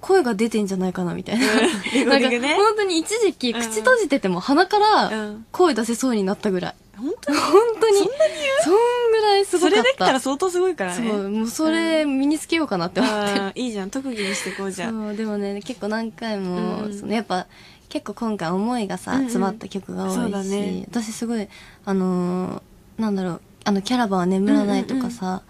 S1: 声が出てんじゃないかなみたいな。
S2: レコ
S1: な
S2: ー
S1: ん
S2: ディ
S1: か
S2: ングね
S1: 本当に一時期
S2: うん
S1: 口閉じてても鼻か
S2: う
S1: ら
S2: ん
S1: 声出せそうになったぐらい。
S2: 本当
S1: 本
S2: に
S1: 当に。そんぐらいすご
S2: そ
S1: か
S2: れ
S1: っ
S2: でき
S1: た。
S2: たら相当すごいからね
S1: そう、もうそれ身につけようかなって思ってる。
S2: あーいいじゃん特技にしてこうじゃん
S1: そうでもね結構何回
S2: うん
S1: も、
S2: うん
S1: そのやっぱ結構今回思いがさ、
S2: うんうん
S1: 詰まった曲が多いし
S2: そうだね
S1: 私すごいあのーなんだろうあのキャラバンは眠らないとかさ、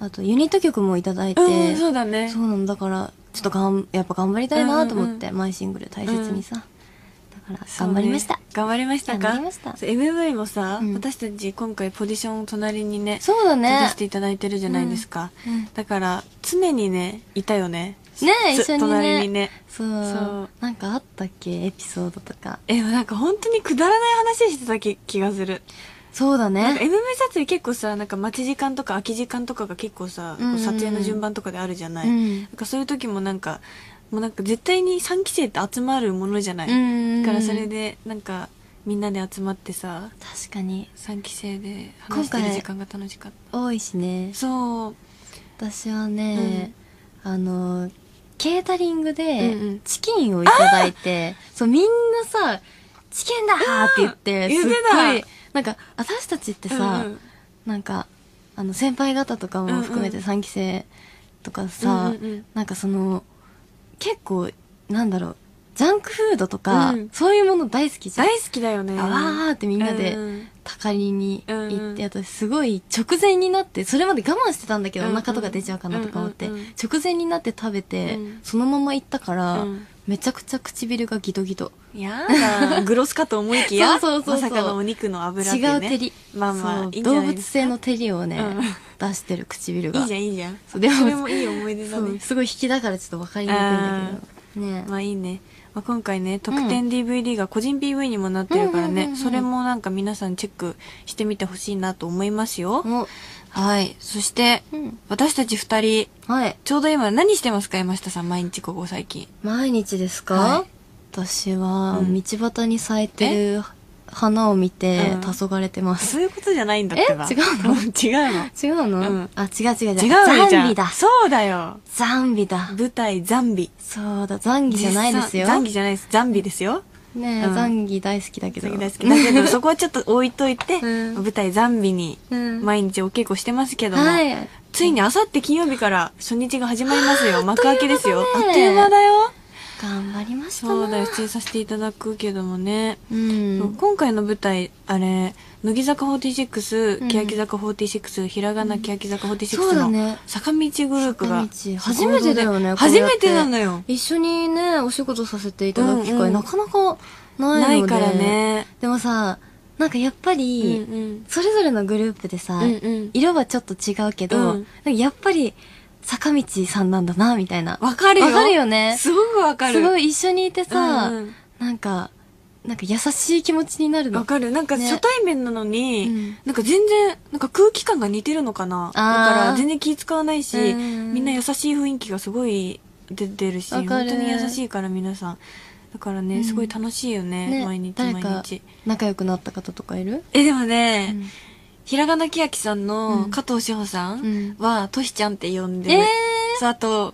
S1: あとユニット曲もいただいて、
S2: うんうんそうだね
S1: そうなんだからちょっとがんやっぱ頑張りたいなと思って、
S2: う
S1: マイシングル大切にさ、だから
S2: そうね
S1: 頑張りました
S2: 頑張りましたか
S1: 頑張りました
S2: そう MV もさ、
S1: うん
S2: 私たち今回ポジションを隣にね
S1: そう,、だ
S2: 立た
S1: ね
S2: せていただいてるじゃないですか、
S1: うんうん
S2: だから常にねいたよね
S1: ね
S2: つ
S1: 一緒に
S2: 隣
S1: ね
S2: にね
S1: そう
S2: そう
S1: なんかあったっけエピソードとか
S2: えなんか本当にくだらない話してた気気がする
S1: そうだ
S2: なんか
S1: ね
S2: MV 撮影結構さなんか待ち時間とか空き時間とかが結構さ、こう
S1: うんうんうん
S2: 撮影の順番とかであるじゃない、
S1: うん
S2: なんかそういう時もなんかもうなんか絶対に3期生って集まるものじゃない、
S1: うん
S2: だからそれでなんかみんなで集まってさ
S1: 確かに
S2: 3期生で話してる時間が楽しかっ
S1: 多いしね
S2: たそう
S1: 私はね、あのケータリングで
S2: うんうん
S1: チキンをいただいて、そうみんなさ「チキンだ!」って言って
S2: 言
S1: す
S2: っ
S1: って
S2: た
S1: ごいなんか私たちってさ、
S2: うんうん
S1: なんかあの先輩方とかも含めて
S2: うん
S1: 3期生とかさ、
S2: うんうんうん
S1: なんかその結構なんだろうジャンクフードとか、
S2: うん
S1: そういうもの大好きじゃん。
S2: 大好きだよね
S1: あわーってみんなで
S2: うんうん
S1: 高りに行って、
S2: うんうん
S1: 私すごい直前になってそれまで我慢してたんだけど、
S2: うんうん
S1: お腹とか出ちゃうかなとか思って、
S2: うんうんうん
S1: 直前になって食べて、
S2: うん
S1: そのまま行ったから、
S2: うん
S1: めちゃくちゃ唇がギトギト [LAUGHS]
S2: やだグロスかと思いきや
S1: そうそうそうそう
S2: まさかのお肉の脂で、ね、
S1: 違う照り、
S2: まあまあ
S1: そう
S2: いいんじゃ
S1: 動
S2: ないで
S1: 物
S2: すか
S1: 性の照りをね、
S2: う
S1: 出してる唇が
S2: いいじゃんいいじゃん
S1: [LAUGHS] そうでも
S2: それもいい思い出だ
S1: そう
S2: ね
S1: すごい引きだからちょっと分かりにくいんだけどね、
S2: まあいいね、まあ、今回ね特典 DVD が個人 PV にもなってるからね、
S1: うんうんうんうん
S2: それもなんか皆さんチェックしてみてほしいなと思いますよ、
S1: もう
S2: はいそして、
S1: うん
S2: 私たち二人
S1: はい
S2: ちょうど今何してますか山下さん毎日ここ最近
S1: 毎日ですか、
S2: はい
S1: 私は
S2: うん
S1: 道端に咲いてる花を見て
S2: うん
S1: 黄昏てます、
S2: そういうことじゃないんだってば
S1: え違うの
S2: ん [LAUGHS] 違う
S1: 違
S2: の
S1: うの、
S2: うん
S1: あ、違う違う違う。
S2: 違うよじゃ
S1: ザ
S2: ん
S1: ンビだ。
S2: そうだよ
S1: ザンビだ。
S2: 舞台ザンビ
S1: そうだ、ザンギじゃないですよ。
S2: ザンギじゃないですザンビですよ
S1: ねえ、
S2: うん
S1: ザンギ大好きだけ
S2: ザ
S1: ど。
S2: ンギ大好きだけどそこはちょっと置いといて、
S1: うん
S2: 舞台ザンビに
S1: うん
S2: 毎日お稽古してますけども、
S1: はい。
S2: ついにあさって金曜日から初日が始まりますよ幕開けですよ
S1: あ
S2: あ
S1: っ
S2: っ
S1: と
S2: と
S1: い
S2: いうう
S1: 間
S2: 間だよ
S1: 頑張りましたな
S2: そうだよ出演させていただくけどもね、
S1: うん
S2: そう今回の舞台あれ乃木坂46、
S1: うん
S2: 欅坂46ひらがな欅坂
S1: そうだ
S2: 46の
S1: ね
S2: 坂道グループが
S1: 坂道初めてだよね
S2: 初めてなのよ
S1: 一緒にねお仕事させていただく機会、
S2: うんうん
S1: なかなかな
S2: ないい
S1: ので
S2: からね
S1: でもさなんかやっぱり、
S2: うん
S1: それぞれのグループでさ、
S2: うんうん
S1: 色はちょっと違うけど、
S2: うん
S1: なんかやっぱり坂道さんなんだなみたいな
S2: わかるよ
S1: わかるよね
S2: すごくわかる
S1: すごい一緒にいてさ、
S2: うんうん
S1: なんかなんか優しい気持ちになる
S2: わ
S1: の
S2: かるなんか
S1: ね
S2: 初対面なのに、
S1: うん
S2: なんか全然なんか空気感が似てるのかなだから全然気使わないし、
S1: うん
S2: みんな優しい雰囲気がすごい出てるし
S1: わ
S2: 本
S1: か
S2: 当
S1: る
S2: に優しいから皆さんだから
S1: う
S2: ね、
S1: ん
S2: すごい楽しいよね
S1: ね
S2: 毎日
S1: 誰
S2: 毎
S1: か
S2: 日
S1: 仲良くなった方とかいる、
S2: えでもね、
S1: うん
S2: ひらがなきやきさん
S1: う
S2: の
S1: ん
S2: 加藤志保さ
S1: うんん
S2: は、としちゃんって呼んで
S1: え
S2: る、そうあと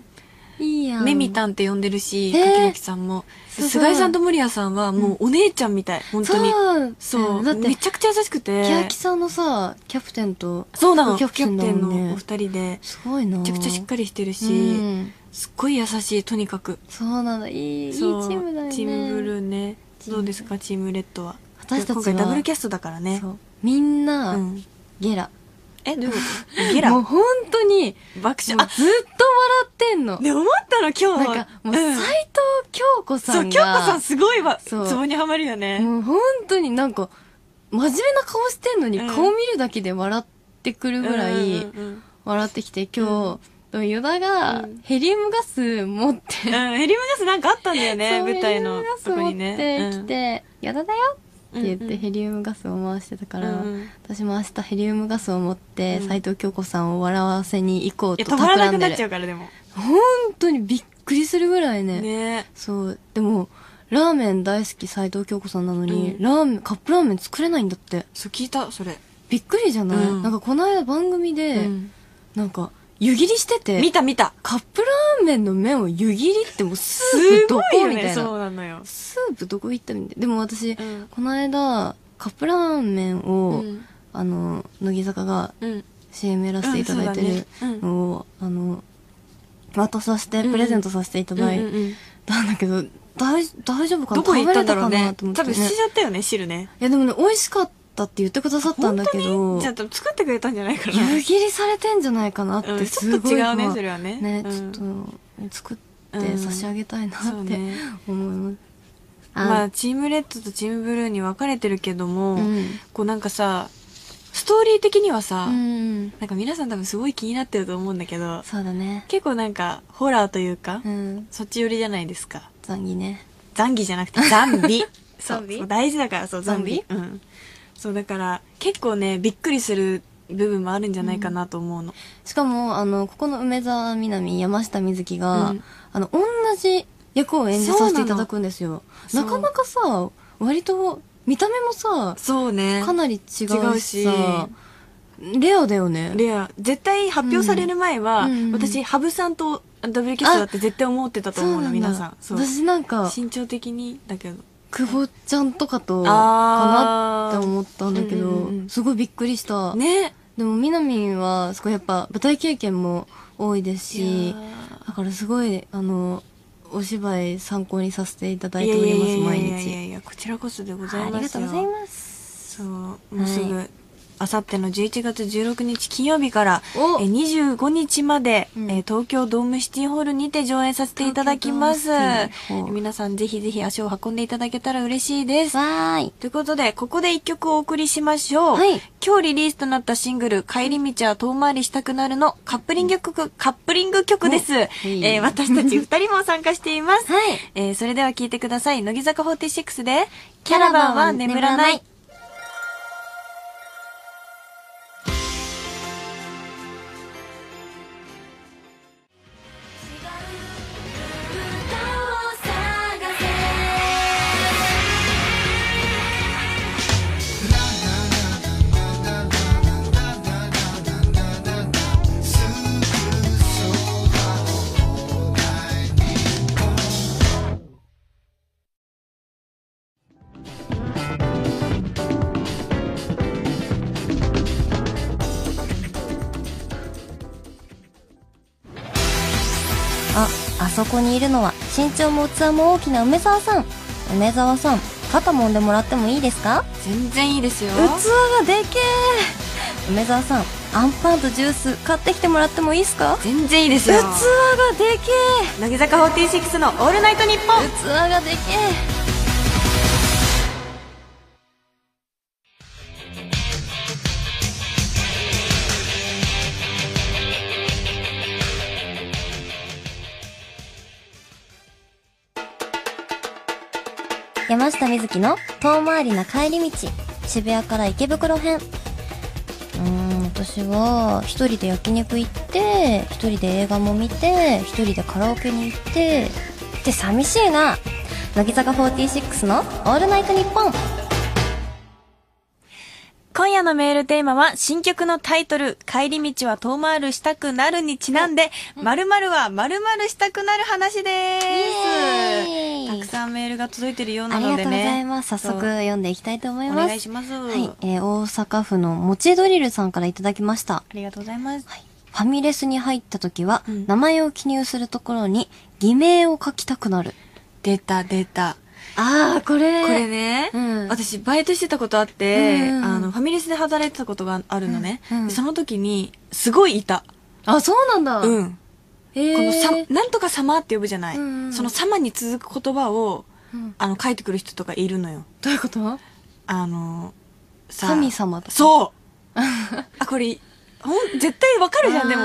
S1: ー、いいやん
S2: めみたんって呼んでるし、
S1: えー
S2: 柿崎さんも
S1: すごい
S2: 菅井さんと守屋さんはもうお姉ちゃんみたい、本当に
S1: そう
S2: そう、
S1: だって
S2: めちゃくちゃ優しくて
S1: 欅さんのさキャプテンと
S2: そうなの
S1: キ
S2: キ
S1: ャ
S2: ャ
S1: プテン
S2: プ
S1: だも
S2: テ
S1: んね
S2: ンのお二人です
S1: ごいな
S2: めちゃくちゃしっかりしてるし、
S1: うん
S2: すっごい優しいとにかく
S1: そうなんだいいいいチ
S2: そう
S1: ームだよね
S2: チームブルーね
S1: チーム
S2: どうですかチームレッドは
S1: 私たちは
S2: 今回ダブルキャストだからね
S1: そうみんな、
S2: うん
S1: ゲラ [LAUGHS]
S2: えどういうことゲラ
S1: もう本当に
S2: 爆笑
S1: もう
S2: あ
S1: ずっと笑ってんの、
S2: ね思ったの今
S1: なん
S2: 日
S1: かもう
S2: う
S1: 斎
S2: ん
S1: 藤京子
S2: そ
S1: さ
S2: う、
S1: ん
S2: 京子
S1: が、
S2: さんすごいわ、ツ
S1: そう
S2: ボにはまるよね。
S1: もう本当になんか真面目な顔してんのに、
S2: うん
S1: 顔見るだけで笑ってくるぐらい
S2: うんうん
S1: 笑ってきて今日、ユダが
S2: うん
S1: ヘリウムガス持って、
S2: うん、うんヘリウムガスなんかあったんだよね、
S1: そう
S2: 舞台のとこ
S1: ヘ
S2: に
S1: リウム
S2: ね
S1: ガ。ス持ってきて、やだだよって言っ
S2: うんう
S1: て
S2: ん
S1: ヘリウムガスを回してたか
S2: うん
S1: ら、
S2: うんい
S1: 私も明日ヘリウムガスを持って
S2: うん
S1: 斎、藤京子さんを笑わせに行こう
S2: や、
S1: と
S2: 止まらな
S1: 企
S2: く
S1: んで
S2: なっ
S1: る
S2: ちゃうから、でも。
S1: 本当にびっくりするぐらいね
S2: ね
S1: そうでもラーメン大好き斎藤京子さんなのに、
S2: うん
S1: ラーメンカップラーメン作れないんだって
S2: そう、聞いた、それ。
S1: びっくりじゃない、
S2: うん
S1: なんかこの間番組で、
S2: うん
S1: なんか湯切りしてて
S2: 見た見た。
S1: カップラーメンの麺を湯切りってもうス
S2: す
S1: ープど
S2: ご
S1: こ
S2: いよ
S1: みた
S2: ね、
S1: い
S2: そ
S1: な
S2: うなのよ。
S1: スープどこ行ったみたいなでも私、
S2: うん
S1: この間カップラーメン
S2: う
S1: を、
S2: ん。
S1: あの乃木坂が
S2: うん。
S1: CM やらせていただいて
S2: うんそう
S1: る
S2: だねうん
S1: のを、あの渡させてプレゼントさせていただい
S2: うんうんうん
S1: たんだけど、大大丈夫かな
S2: どこ行ったんだろう
S1: 食べ
S2: ね。
S1: れたかな
S2: 多
S1: と思
S2: 分
S1: って、ね
S2: し、ちゃったよね、汁ね。
S1: いやでもね美味しかったって言ってくださったんだけど
S2: じゃあ、多分作ってくれたんじゃないかな。
S1: 湯切りされてんじゃないかなっ
S2: うん
S1: て
S2: ち
S1: す
S2: ょっ
S1: ご
S2: と
S1: い
S2: 違
S1: 不
S2: う
S1: 安、
S2: ね、それはね。
S1: ね
S2: う
S1: ちょっ
S2: ん
S1: と作って差し上げたいな
S2: そう
S1: って
S2: ね。
S1: 思います、あ
S2: まあ、チームレッドとチームブルーに分かれてるけども、
S1: うん
S2: こうなんかさ、ストーリー的にはさ、
S1: うん
S2: なんか皆さん多分すごい気になってると思うんだけど、
S1: そうだね
S2: 結構なんか、ホラーというか、
S1: うん
S2: そっち寄りじゃないですか。
S1: ザンギね
S2: 残儀じゃなくて、ザンビ。
S1: ザ
S2: そ
S1: ン
S2: う
S1: ビ
S2: そう、大事だから、そう、ザンビ。うん。そう、だから、結構ね、びっくりする部分もあるんじゃないかなと思うの。
S1: しかもあのここの梅沢みなみ山下美月が、
S2: うん
S1: あの同じ役を演じさせていただくんですよ
S2: そ
S1: な
S2: うな
S1: か
S2: の
S1: なかさ割と見た目もさ
S2: そうね。
S1: かなり違うしさ
S2: 違うし
S1: レアだよね
S2: レア。絶対発表される前は、
S1: うんうん
S2: 私、ハブさんとダブルキャストだって絶対思ってたと思うの、皆さん。そう。
S1: 私なんか
S2: 身長的に、だけど。
S1: 久保ちゃんとかとかな
S2: あー
S1: って思ったんだけど、
S2: うんうんうん
S1: すごいびっくりした、
S2: ね。
S1: でもみなみはすごいやっぱ舞台経験も多いです
S2: い
S1: し
S2: やー
S1: だからすごいあのお芝居参考にさせていただいております毎
S2: いやいやいや
S1: 日
S2: いやこちらこそでござ
S1: あ
S2: い
S1: り
S2: ま
S1: が
S2: す
S1: と
S2: よ
S1: うございます
S2: そうもうすぐ、あさっての11月16日金曜日から
S1: お
S2: え25日まで、
S1: うん
S2: えー東京ドームシティホールにて上演させていただきます
S1: 東京ドームシティホール
S2: 皆さんぜひぜひ足を運んでいただけたら嬉しいです
S1: わーい
S2: ということでここで一曲お送りしましょう、
S1: はい
S2: 今日リリースとなったシングル「帰り道は遠回りしたくなる」のカップリング曲カップリング曲です、
S1: い
S2: えー私たち2人も参加しています
S1: はい
S2: えーそれでは聞いてください。乃木坂46で、キャラバンは眠らない。
S1: そこにいるのは身長も器も大きな梅沢さん梅沢さん肩揉んでもらってもいいですか
S4: 全然いいですよ
S1: 器がでけえ梅沢さんアンパンとジュース買ってきてもらってもいいですか
S4: 全然いいで
S1: 器がでけえ
S2: 乃木坂46の「オールナイトニッポン
S1: 器がでけえ山下美月の遠回りな帰り道渋谷から池袋編うーん私は一人で焼肉行って一人で映画も見て一人でカラオケに行ってって寂しいな乃木坂46の「オールナイトニッポン」
S2: 今夜のメールテーマは新曲のタイトル「帰り道は遠回るしたくなる」にちなんで「まるはまるしたくなる話」で
S1: イエーイ
S2: すたくさんメールが届いてるよう
S1: あ
S2: な
S1: りが
S2: の
S1: と
S2: で
S1: うござい
S2: ね
S1: ます早速
S2: そう
S1: 読んでいきたいと思い
S2: お
S1: ます
S2: 願いしますは
S1: はい、えー大阪府のもちドリルさんからいただきました
S2: ありがとうございます
S1: ファミレスに入った時は、
S2: うん
S1: 名前を記入するところに偽名を書きたくなる
S2: 出た出た
S1: ああこれ
S2: これね
S1: うん
S2: 私バイトしてたことあって
S1: うん
S2: あのファミレスで働いてたことがあるのね
S1: うんうん
S2: でその時にすごいいた
S1: あそうなんだん、
S2: うん
S1: えー、
S2: このさ「なんとか様」って呼ぶじゃない、
S1: うんうん
S2: その「様」に続く言葉を、
S1: うん
S2: あの書いてくる人とかいるのよ
S1: どういうこと
S2: あのさ
S1: 神様とか
S2: そ
S1: [LAUGHS]
S2: うあこれほん絶対わかるじゃんで
S1: あ
S2: も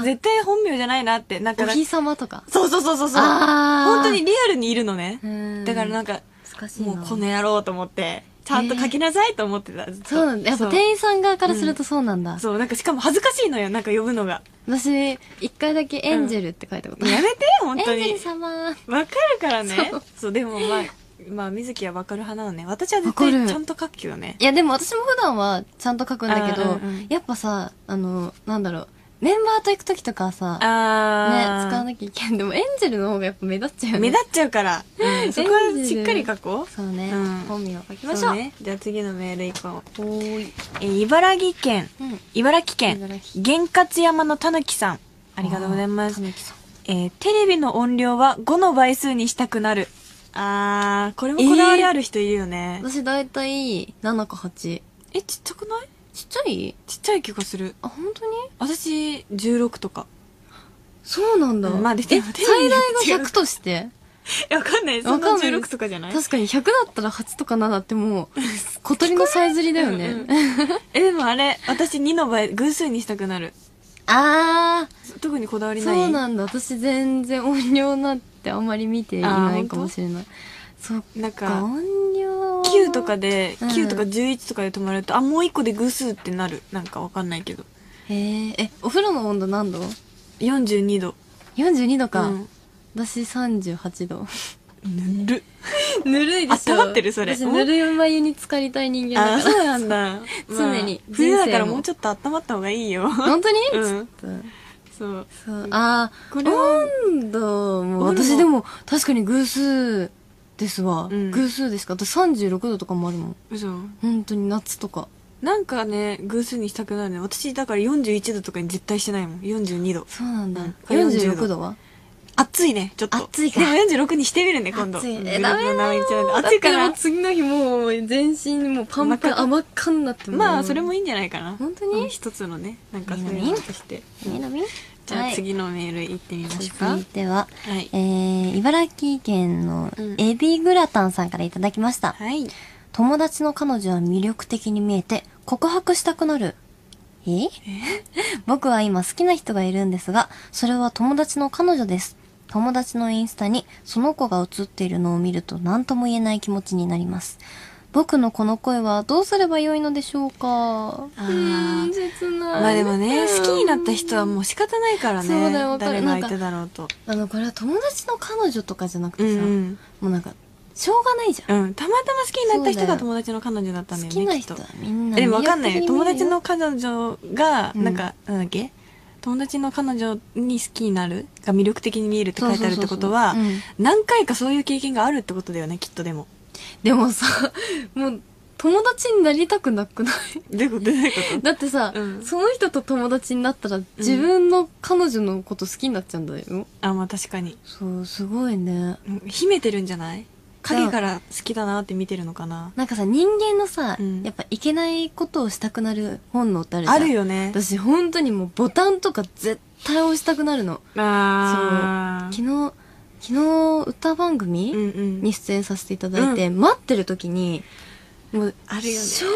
S1: ー
S2: 絶対本名じゃないなってなんか
S1: お日様とか
S2: そうそうそうそうそう
S1: あー
S2: 本当にリアルにいるのね、
S1: うん
S2: だからなんか
S1: 難しい
S2: も
S1: な
S2: うこの野郎と思ってちゃんと書きなさいと思ってた、ずっと
S1: そうなんだやっぱ店員さん側からするとそうなんだ、
S2: そうそうなんかしかも恥ずかしいのよなんか呼ぶのが
S1: 私一回だけエンジェルって書いたことある、
S2: やめて本当
S1: エンジェ
S2: に
S1: ル様
S2: わかるからね。そうでもまあ、まあ、水木はわかる派なのね。私は絶対
S1: わかる
S2: ちゃんと書くけどね。
S1: いやでも私も普段はちゃんと書くんだけど、
S2: あーうんうん
S1: やっぱさあのなんだろうメンバーと行く時とかはさね使
S2: あ
S1: わなきゃいけんでもエンジェルの方がやっぱ目立っちゃうよね
S2: 目立っちゃうから。うんそこは
S1: 全然
S2: しっかり書こう。
S1: そうね、
S2: うん
S1: 本名を書きまし
S2: そ
S1: ょ
S2: う
S1: う
S2: ね。じゃあ次のメール行こう。
S1: おーい
S2: えー、茨城県、
S1: うん
S2: 茨城
S1: 茨
S2: 県、
S1: 城
S2: 玄勝山のたぬきさん。ありがとうございます。えー、テレビの音量は5の倍数にしたくなる。あー、これもこだわりある人いるよね。
S1: 私大体7か8
S2: え、ちっちゃくない
S1: ちっちゃい
S2: ちっちゃい気がする。
S1: あ本当に
S2: 私、16とか。
S1: そうなんだ、
S2: うんまあ
S1: え
S2: で
S1: 最
S2: も
S1: 大が100として
S2: えわかんない。そ
S1: わ
S2: ん
S1: か
S2: なん
S1: ない
S2: 16とかじゃない
S1: 確かに100だったら8とか7ってもう小鳥のさえずりだよね、
S2: うんえでもあれ私2の場合偶数にしたくなる
S1: ああ
S2: 特にこだわり
S1: そ
S2: ないう
S1: なんだ私全然音量なんてあんまり見ていないかもしれないそっ
S2: なん
S1: か
S2: か
S1: 音量
S2: 9とかで
S1: うん
S2: 9とか11とかで止まるとあもう1個で偶数ってなるなんかわかんないけど
S1: へーえお風呂の温度何度
S2: 42度
S1: ?42 度か、
S2: うん
S1: 私38度
S2: [LAUGHS] ぬる
S1: ぬるいでしょ
S2: あったまってるそれ
S1: 私ぬるいお湯に浸かりたい人間
S2: あ
S1: だか
S2: そうなん [LAUGHS] だ
S1: 常に
S2: まあ冬だか
S1: 人生
S2: ら
S1: も
S2: もうちょっと温まった方がいいよ
S1: ら本当に、
S2: うん
S1: ちょっと
S2: そう
S1: そうあ
S2: これは
S1: ー温度も
S2: お風呂
S1: 私でも確かに偶数ですわ、
S2: うん
S1: 偶数ですか私36度とかもあるもん
S2: 嘘
S1: 本当に夏とか
S2: なんかね偶数にしたくなるね私だから41度とかに絶対してないもん42度
S1: そうなんだ、
S2: うん
S1: 46度は
S2: 暑いねちょっと
S1: 暑いか
S2: でも46にしてみるね今度
S1: 暑い
S2: グ
S1: ね
S2: ループの名前言っちゃうんで暑
S1: 暑
S2: い
S1: い
S2: か
S1: からら次の日もう全身もうパンパン甘っかんなってう
S2: まあそれもいいんじゃないかな
S1: 本当に
S2: うん一つのねなんか
S1: い
S2: そ
S1: いのね
S2: ういうのとして
S1: みのみ
S2: じゃ
S1: は
S2: あ
S1: い
S2: 次のメール行ってみますかは
S1: 続いては、
S2: い
S1: えー、茨城県の
S2: うん
S1: エビグラタンさんからいただきました、
S2: はい
S1: 友達の彼女は魅力的に見えて告白したくなるえ [LAUGHS] 僕は今好きな人がいるんですがそれは友達の彼女です友達のインスタにその子が写っているのを見ると何とも言えない気持ちになります僕のこの声はどうすればよいのでしょうか
S2: あー
S1: うーん切ない
S2: まあでもね好きになった
S1: 人
S2: 人はもう仕方ないからね
S1: そうだよわかる
S2: 誰が相手だろうと
S1: あのこれは友達の彼女とかじゃなく
S2: うん
S1: てさ、
S2: うん
S1: もうなんかしょうがないじゃん、
S2: うんたまたま好きになった
S1: そう
S2: 人
S1: だよ
S2: が友達の彼女だったんだ
S1: 好き
S2: よね
S1: な
S2: き
S1: 人
S2: っと
S1: はみんな
S2: でもわかんな
S1: 魅
S2: い
S1: 力的に見
S2: 友
S1: える
S2: 達の彼女が
S1: うん
S2: なんか、なんだっけ友達の彼女に好きになるが魅力的に見えるって書いてあるってことは
S1: そうそうそうそううん
S2: 何回かそういう経験があるってことだよねきっとでも
S1: [LAUGHS] でもさもう友友達になりたくなくない [LAUGHS]
S2: どういうことどういうこと
S1: だってさ、
S2: うん
S1: その人と友達になったら自分の彼女のこと好きになっちゃうんだよ、
S2: あまあ確かに
S1: そうすごいね
S2: うん秘めてるんじゃない影から好きだなって見てるのかな
S1: なんかさ人間のさ、
S2: うん
S1: やっぱいけないことをしたくなる本能ってあるじゃん
S2: あるよね
S1: 私本当にもうボタンとか絶対押したくなるの
S2: あ
S1: 昨日昨日歌番組、
S2: うんうん
S1: に出演させていただいて、待ってる時にもう
S2: あるよね
S1: 消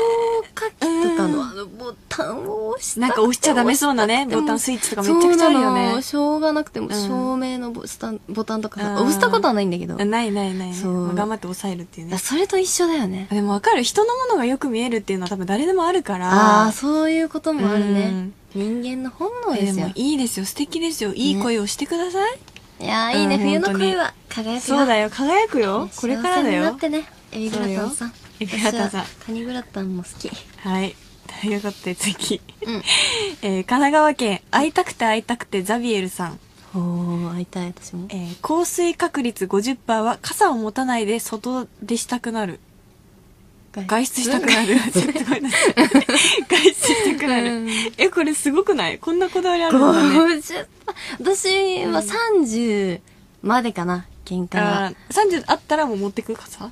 S1: 火器とか
S2: うん
S1: のあのボタンを押した
S2: なんか押しちゃダメそうなね
S1: でも
S2: ボタンスイッチとかめちゃくちゃある
S1: そう
S2: よ
S1: なの
S2: ね
S1: しょうがなくても、
S2: ん
S1: 照明のボスタンボタンとかさ
S2: うん
S1: 押したことはないんだけど、
S2: あないないない
S1: そう
S2: まあ頑張って抑えるっていうね
S1: それと一緒だよね
S2: でもわかる人のものがよく見えるっていうのは多分誰でもあるから
S1: ああーそういうこともある
S2: う
S1: ね
S2: ん
S1: 人間の本能
S2: え
S1: です
S2: で
S1: よ
S2: もいいですよ素敵ですよいい恋をしてください、
S1: いやーいいね、
S2: うん
S1: 冬の
S2: 本当に
S1: 恋は輝く
S2: そうだよ輝くよこれか
S1: 幸
S2: らだ
S1: せになっ
S2: よ
S1: てねエビグラタンさん
S2: エビグラタンさん
S1: 私はカニグラタンも好き
S2: はいということで次、
S1: うん
S2: [LAUGHS] えー神奈川県会いたくて会いたくてザビエルさん
S1: おお会いたい私も
S2: えー降水確率50%は傘を持たないで外出したくなる。 [LAUGHS] 外出したくなる。ちょっとごめんなさい。外出したくなる。え、これすごくないこんなこだわりあるんだね。
S1: 50%私は30までかな限界は
S2: あー30あったらもう持ってく傘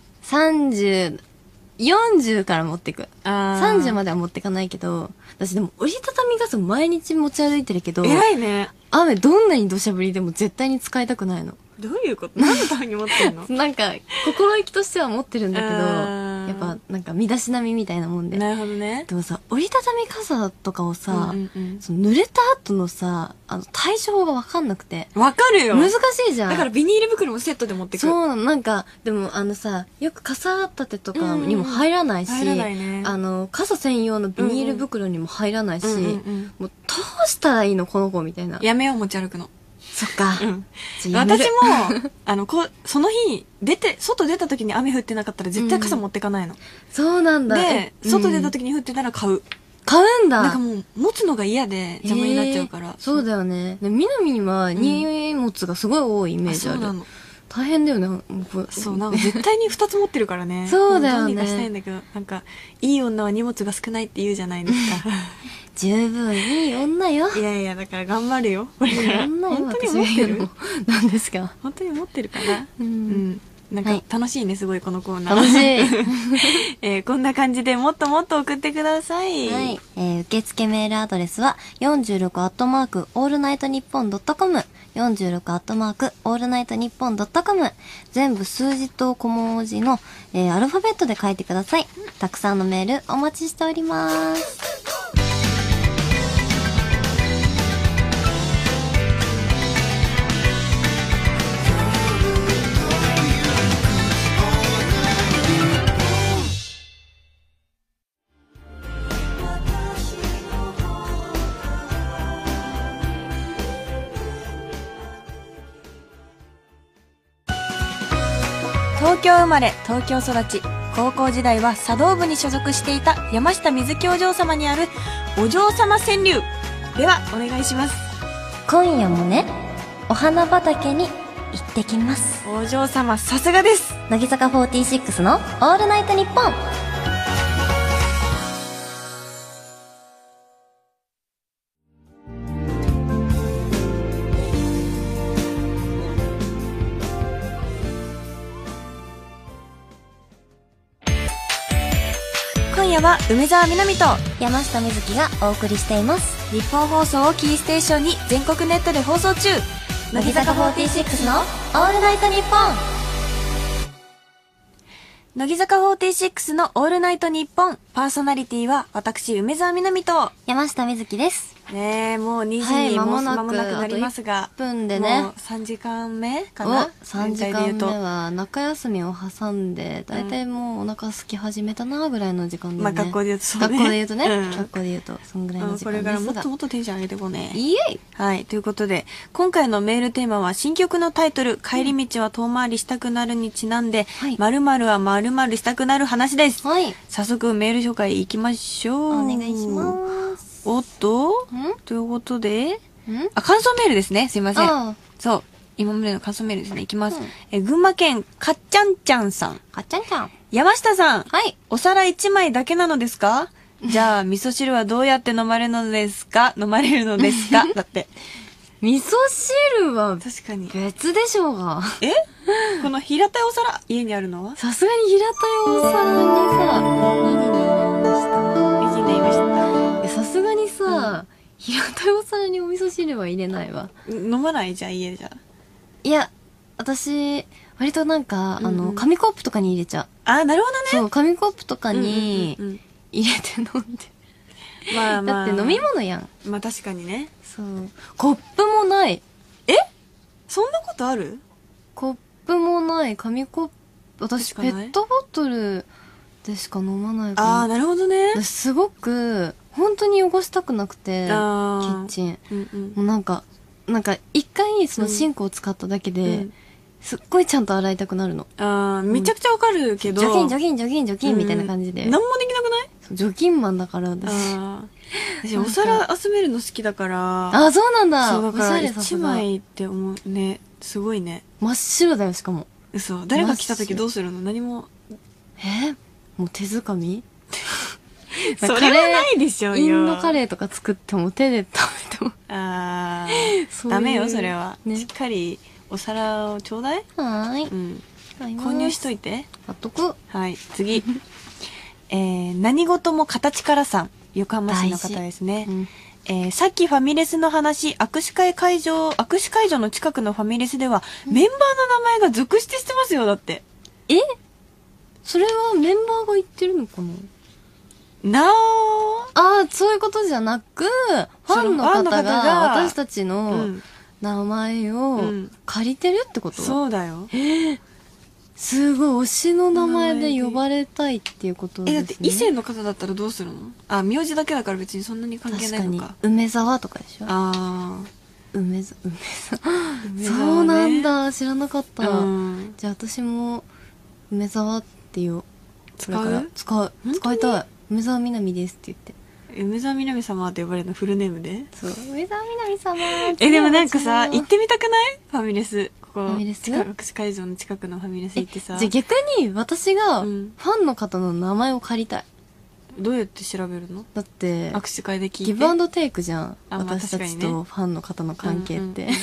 S1: 3040から持ってく30
S2: ?30
S1: までは持ってかないけど私でも折りたたみ傘毎日持ち歩いてるけど
S2: 偉いね。
S1: 雨どんなに土砂降りでも絶対に使いたくないの
S2: どういうこと何のために持ってんの
S1: なんか心意気としては持ってるんだけど
S2: あー
S1: やっぱなんか身だしなみみたいなもんで
S2: [LAUGHS] なるほどね。
S1: でもさ折りたたみ傘とかをさ、
S2: うんうん
S1: その濡れた後のさあの対処法が分かんなくて
S2: うんわかるよ。
S1: 難しいじゃん
S2: だからビニール袋もセットで持ってく。
S1: そうなのなんかでもあのさよく傘立てとかにも入らないし、
S2: 入らないね。
S1: あの傘専用のビニール袋にも入らないし、
S2: うんうんうん
S1: もうどうしたらいいのこの子みたいな
S2: やめよう持ち歩くの。
S1: そっか、
S2: うん。
S1: じゃあやめ
S2: 私
S1: る [LAUGHS]
S2: も、あの、こう、その日、出て、外出た時に雨降ってなかったら絶対傘持ってかないの。
S1: そうなんだ
S2: で、
S1: え
S2: 外出
S1: う
S2: た
S1: ん
S2: 時に降ってたら買う。
S1: 買うんだ
S2: なんかもう、持つのが嫌で邪魔になっちゃうから。
S1: へーそうだよねでみなみには荷物がすごい多いイメー
S2: あ
S1: ジ
S2: そ
S1: あ
S2: う
S1: る、
S2: なの。
S1: 大変だよねもうこれ。
S2: そう、なんか絶対に2つ持ってるからね
S1: そうだよね
S2: もどうにかしたいんだけど、なんか、いい女は荷物が少ないって言うじゃないです
S1: [LAUGHS]
S2: か。
S1: [LAUGHS] 十分いい女よ
S2: いやいや、だから頑張るよ。これ
S1: いい
S2: から。
S1: 女よ
S2: 本当に
S1: 私が
S2: 思って
S1: 言う
S2: る
S1: の。何ですか
S2: 本当に思ってるかな。
S1: う
S2: うんん。なん
S1: は
S2: か
S1: い、
S2: 楽しいね、すごい、このコーナー。、
S1: 楽しい
S2: [LAUGHS] えーこんな感じでもっともっと送ってください。
S1: はい。えー受付メールアドレスは、46アットマーク、オールナイトニッポンドットコム、46アットマーク、オールナイトニッポンドットコム、全部数字と小文字の、えーアルファベットで書いてください。たくさんのメールお待ちしております。
S2: 東京生まれ東京育ち高校時代は茶道部に所属していた山下水木お嬢様にあるお嬢様川柳ではお願いします
S1: 今夜もね、お花畑に行ってきます。
S2: お嬢様さすがです
S1: 乃木坂46のオールナイトニッポン
S2: 今夜は梅澤美波と
S1: 山下美月がお送りしています。
S2: 日本放送をキーステーションに全国ネットで放送中
S1: 乃木坂46のオールナイトニッポン
S2: 乃木坂46のオールナイトニッポンパーソナリティは私梅澤美波と
S1: 山下美月です。
S2: ねえもう2時
S1: はい
S2: に
S1: 間
S2: も
S1: も
S2: う
S1: なく
S2: 間もなくなりますが
S1: 1分でね
S2: もう3時間目か
S1: お
S2: な
S1: 3時
S2: 全体で
S1: 間
S2: 言う
S1: 目
S2: と
S1: は中休みを挟んでだいたいもうお腹空き始めたなぐらいの時間だ
S2: ま
S1: よ
S2: あ
S1: ね、
S2: 学校で言うとそうね
S1: 学校で言うとね、
S2: うん
S1: 学校で言うとそんぐらいの時
S2: こ
S1: 間で
S2: れ
S1: すが
S2: からもっともっとテンション上げてこうね。
S1: イエイ
S2: はい。ということで、今回のメールテーマは、新曲のタイトル、帰り道は遠回りしたくなるにちなんで、
S1: はい
S2: 〇〇は〇〇したくなる話です。
S1: はい
S2: 早速メール紹介いきましょ
S1: お
S2: う。
S1: 願いします
S2: おっと
S1: んん
S2: ということで、あ、感想メールですね。すいません。
S1: あ
S2: そう。今までの感想メールですね。いきます。
S1: うん
S2: え、群馬県、かっちゃんちゃんさん。
S1: あかっちゃんちゃん
S2: い山下さん。
S1: はい。
S2: お皿一枚だけなのですかじゃあ、味噌汁はどうやって飲まれるのですか飲まれるのです
S1: [LAUGHS]
S2: かだって。
S1: 味噌汁は
S2: 確かに。
S1: 別でしょうが。
S2: えこの平たいお皿、家にあるのは
S1: さすがに平たいお皿にさ、何になりました
S2: 右に言いました。
S1: えさすがにさ、平たいお皿にお味噌汁は入れないわ。
S2: 飲まないじゃん、家じゃ。
S1: いや、私、割となんか、あの、紙コップとかに入れちゃ
S2: あ、なるほ
S1: う。
S2: どね。
S1: そう、紙コップとかに
S2: うんうんうん
S1: 入れて飲んで。
S2: うんまあ [LAUGHS] ま
S1: だ
S2: あ。
S1: って飲み物やん。
S2: まあ確かにね。
S1: そう。コップもない。
S2: そんなことある
S1: コップもない、紙コップ。私、
S2: しか
S1: ペ
S2: ない
S1: ットボトルでしか飲まない
S2: あ
S1: か
S2: あ、なるほどね
S1: ら。。すごく、本当に汚したくなくて、キ
S2: あー
S1: ッチン。
S2: うんうん
S1: もうなんか、なんか、一回その
S2: うん
S1: シンクを使っただけで、
S2: うん
S1: すっごいちゃんと洗いたくなるの。
S2: ああ、めちゃくちゃわかるけ
S1: ジ
S2: ど。
S1: ョキン、ジョキン、ジョキン、ジョキンみたいな感じで。
S2: うん何もできなくない
S1: そう除菌マンだから私。
S2: ああ。私、お皿集めるの好きだから。
S1: あ、そうなんだ。
S2: そうだ
S1: お
S2: か
S1: し
S2: ら
S1: ゃれさ
S2: 一
S1: すが。
S2: 枚って思うねすごいね
S1: 真っ白だよ、しかも。
S2: 嘘誰が来た時どうするの何も
S1: えもう手づかみ
S2: それはないでしょうよ
S1: インドカレーとか作っても手で食べても。
S2: あ
S1: そういう
S2: ー [LAUGHS] ダメよそれは、
S1: ね
S2: しっかりお皿をちょうだい、
S1: はーい。
S2: うん、
S1: 購
S2: 購入しと
S1: い
S2: いて
S1: 買っとく。
S2: はい次 [LAUGHS] えー、何事も形からさん横浜市の方ですね、えー、さっきファミレスの話、握手会会場、握手会場の近くのファミレスでは、メンバーの名前が続出してますよ、だって。
S1: えそれはメンバーが言ってるのかな
S2: な
S1: あ
S2: ー
S1: あ、そういうことじゃなく、ファンの
S2: そ
S1: 方
S2: うファンの
S1: が
S2: 方が
S1: 私たち
S2: う
S1: の
S2: ん
S1: 名前を
S2: うん
S1: 借りてるってこと、
S2: そうだよ。
S1: すごい、推しの名前で呼ばれたいっていうことです
S2: え、
S1: ね。
S2: だって異性の方だったらどうするのあ、名字だけだから別にそんなに関係
S1: 確
S2: な
S1: か
S2: いの
S1: に
S2: か。。
S1: 梅沢とかでしょ
S2: あ
S1: 梅沢、梅沢。
S2: あ。
S1: そうなんだ、知らなかった。
S2: うん。
S1: じゃあ私も、梅沢って言おう。
S2: 使
S1: これから
S2: う
S1: 使う
S2: 当。に
S1: 使いたい。梅沢みなみですって言って。
S2: 梅沢みなみ様って呼ばれるのフルネームで
S1: そう。梅沢みなみ様
S2: え、でもなんかさ、
S1: 次
S2: 行
S1: は
S2: っ
S1: こ
S2: てみたくないファミレス。こ
S1: フ
S2: こ。
S1: ァミレス
S2: 近く握手会場の近くのファミレス行って
S1: ちら
S2: さ
S1: じゃあ。逆に私が
S2: う
S1: フ
S2: ん
S1: ァンの方の名前を借りたい。
S2: どうやって調べるの
S1: だって、
S2: 握手会で聞いて。
S1: ギブアンドテイクじゃん。
S2: あまあ
S1: 私たち
S2: 確かに
S1: と
S2: ね
S1: ファンの方の関係って
S2: うん。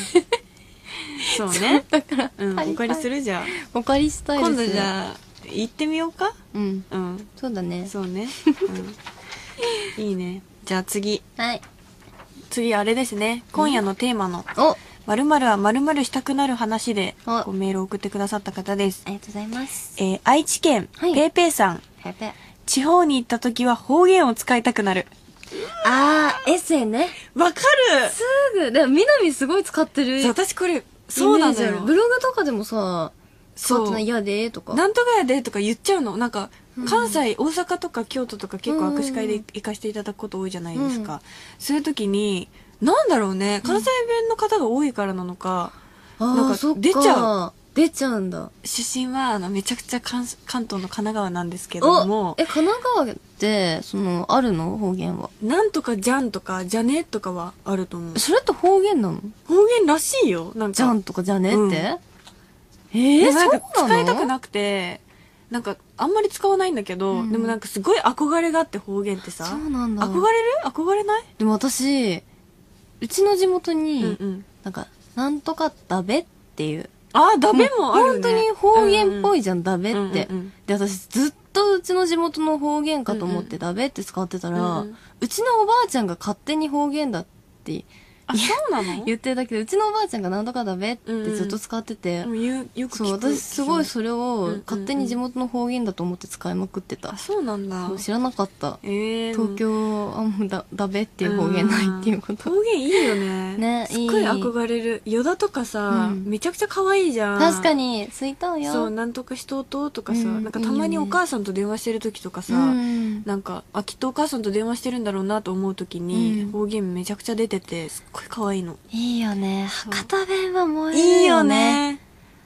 S2: そうね。
S1: だから、
S2: うん。
S1: 借り
S2: お
S1: たい
S2: 借りするじゃあ。
S1: お借りしたいです。
S2: 今度じゃあ、行ってみようか
S1: うん。
S2: うん。
S1: そうだね。
S2: そうね。うん。いいね。じゃあ次。
S1: はい。
S2: 次あれですね。今夜のテーマの、
S1: おあ
S2: 〇〇は〇〇したくなる話で、
S1: お
S2: こうメールを送ってくださった方です。
S1: りがとうございます。
S2: えー、愛知県、
S1: はい
S2: ペーペーさん。
S1: やべ。
S2: 地方に行った時は方言を使いたくなる。
S1: あー、エッセイね。
S2: わかる
S1: すぐ。でも、みなみすごい使ってる。
S2: そう私これ、そうなの
S1: イメージある
S2: よ
S1: ブ。ログとかでもさ、使っ
S2: そ
S1: て
S2: う
S1: な。い、嫌でとか。
S2: なんとかやでとか言っちゃうの。なんか、関西、大阪とか京都とか結
S1: う
S2: 構
S1: んうんうん
S2: 握手会で行かせていただくこと多いじゃないですか。そういう時に、なんだろうね、関西弁の方が多いからなのか、
S1: あー
S2: なんか
S1: そっか
S2: 出ちゃ
S1: う。出ちゃうんだ。
S2: 出身はあのめちゃくちゃ関関東の神奈川なんですけど
S1: お
S2: も
S1: え、神奈川って、その、あるの方言は。
S2: なんとかじゃんとかじゃねとかはあると思う
S1: それって方言なの
S2: 方言らしいよなんか
S1: じゃんとかじゃねって、
S2: うん
S1: え
S2: で
S1: ー、
S2: もな
S1: そう
S2: んか
S1: なの
S2: 使いたくなくてなんかあんまり使わないんだけど、
S1: うん
S2: でもなんかすごい憧れがあって方言ってさ
S1: そうなんだ。
S2: 憧れる憧れない、
S1: でも私、うちの地元に、
S2: うんうん
S1: なんか、なんとかだべっていう。
S2: あダメもある
S1: 本当に
S2: ね
S1: 方言っぽい
S2: じ
S1: じゃん、だべって、
S2: うんうんうん
S1: で、私ずっとうちの地元の方言かと思っ
S2: うんう
S1: て、だべって使ってたら、う
S2: うんうん
S1: ちのおばあちゃんが勝手に方言だって
S2: あそうなの
S1: 言ってるだけで、うちのおばあちゃんがなんとかだべってずっと使ってて、
S2: でも言うよく聞く
S1: そう、私すごいそれ
S2: うん
S1: を
S2: うん
S1: 勝手に地元の方言だと思って使いまくってた。
S2: あそうなんだ
S1: そう知らなかった。
S2: えー、
S1: 東京はもうだ、だべっていう方言ないっていうこと。
S2: 方言いいよね
S1: [LAUGHS] ね
S2: すっごい
S1: いい
S2: 憧れる依田とかさ、
S1: うん
S2: めちゃくちゃ可愛いじゃん
S1: 確かに、すいたんよ。
S2: そうなんとかしとうとうとかさ、
S1: うん
S2: なんかたまにお母さんと電話してる時とかさ、
S1: うん
S2: なんかあきっとお母さんと電話してるんだろうなと思う時に、
S1: うん
S2: 方言めちゃくちゃ出ててすっごい可愛いの
S1: いいよね。
S2: う
S1: 博多弁はもう
S2: い
S1: い
S2: い
S1: い
S2: よ
S1: よね。
S2: ね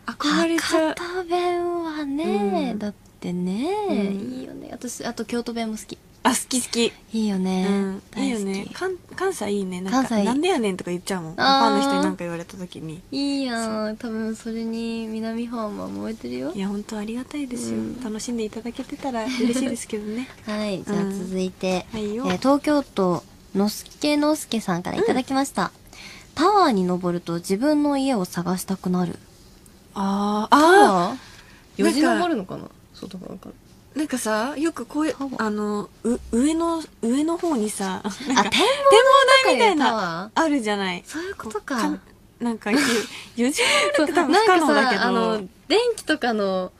S2: 憧れちゃう
S1: 博多弁はね、
S2: うん
S1: だってね、
S2: うん
S1: いいよね。私、あと京都弁も好き。
S2: あ好き好き、
S1: いいよね、
S2: うん、い
S1: 大
S2: い
S1: 好
S2: よ
S1: き
S2: ね関関西いいねなん
S1: 関
S2: か
S1: 西
S2: なんでやねんとか言っちゃうもんフ
S1: あ
S2: ァ
S1: ー
S2: ンの人に何か言われた時に
S1: いいやん多分それに南ファーマー燃えてるよ
S2: いや本当ありがたいですよ、
S1: うん
S2: 楽しんでいただけてたら嬉しいですけどね
S1: はいじゃあ
S2: うん
S1: 続いて、
S2: はい
S1: え
S2: よ、
S1: ー東京都のすけのすけさんからいただきました、タワーに登ると自分の家を探したくなる
S2: あー
S1: タ
S2: あー
S1: ワー
S5: よじ登るのかな外からか
S2: なんかさよくこういう
S1: タワー
S2: あのう上の上の方に [LAUGHS] さなん
S1: あ
S2: か
S1: 天
S2: 天望台みたい
S1: 文台タ
S2: な
S1: ワー
S2: あるじゃない
S1: そういうこと
S2: こ
S1: か
S2: うなんかよよじ
S5: そう
S2: 登るって多分
S5: な
S2: 不
S5: ん
S2: 可
S5: か
S2: 能だけど
S5: さあの電気とかの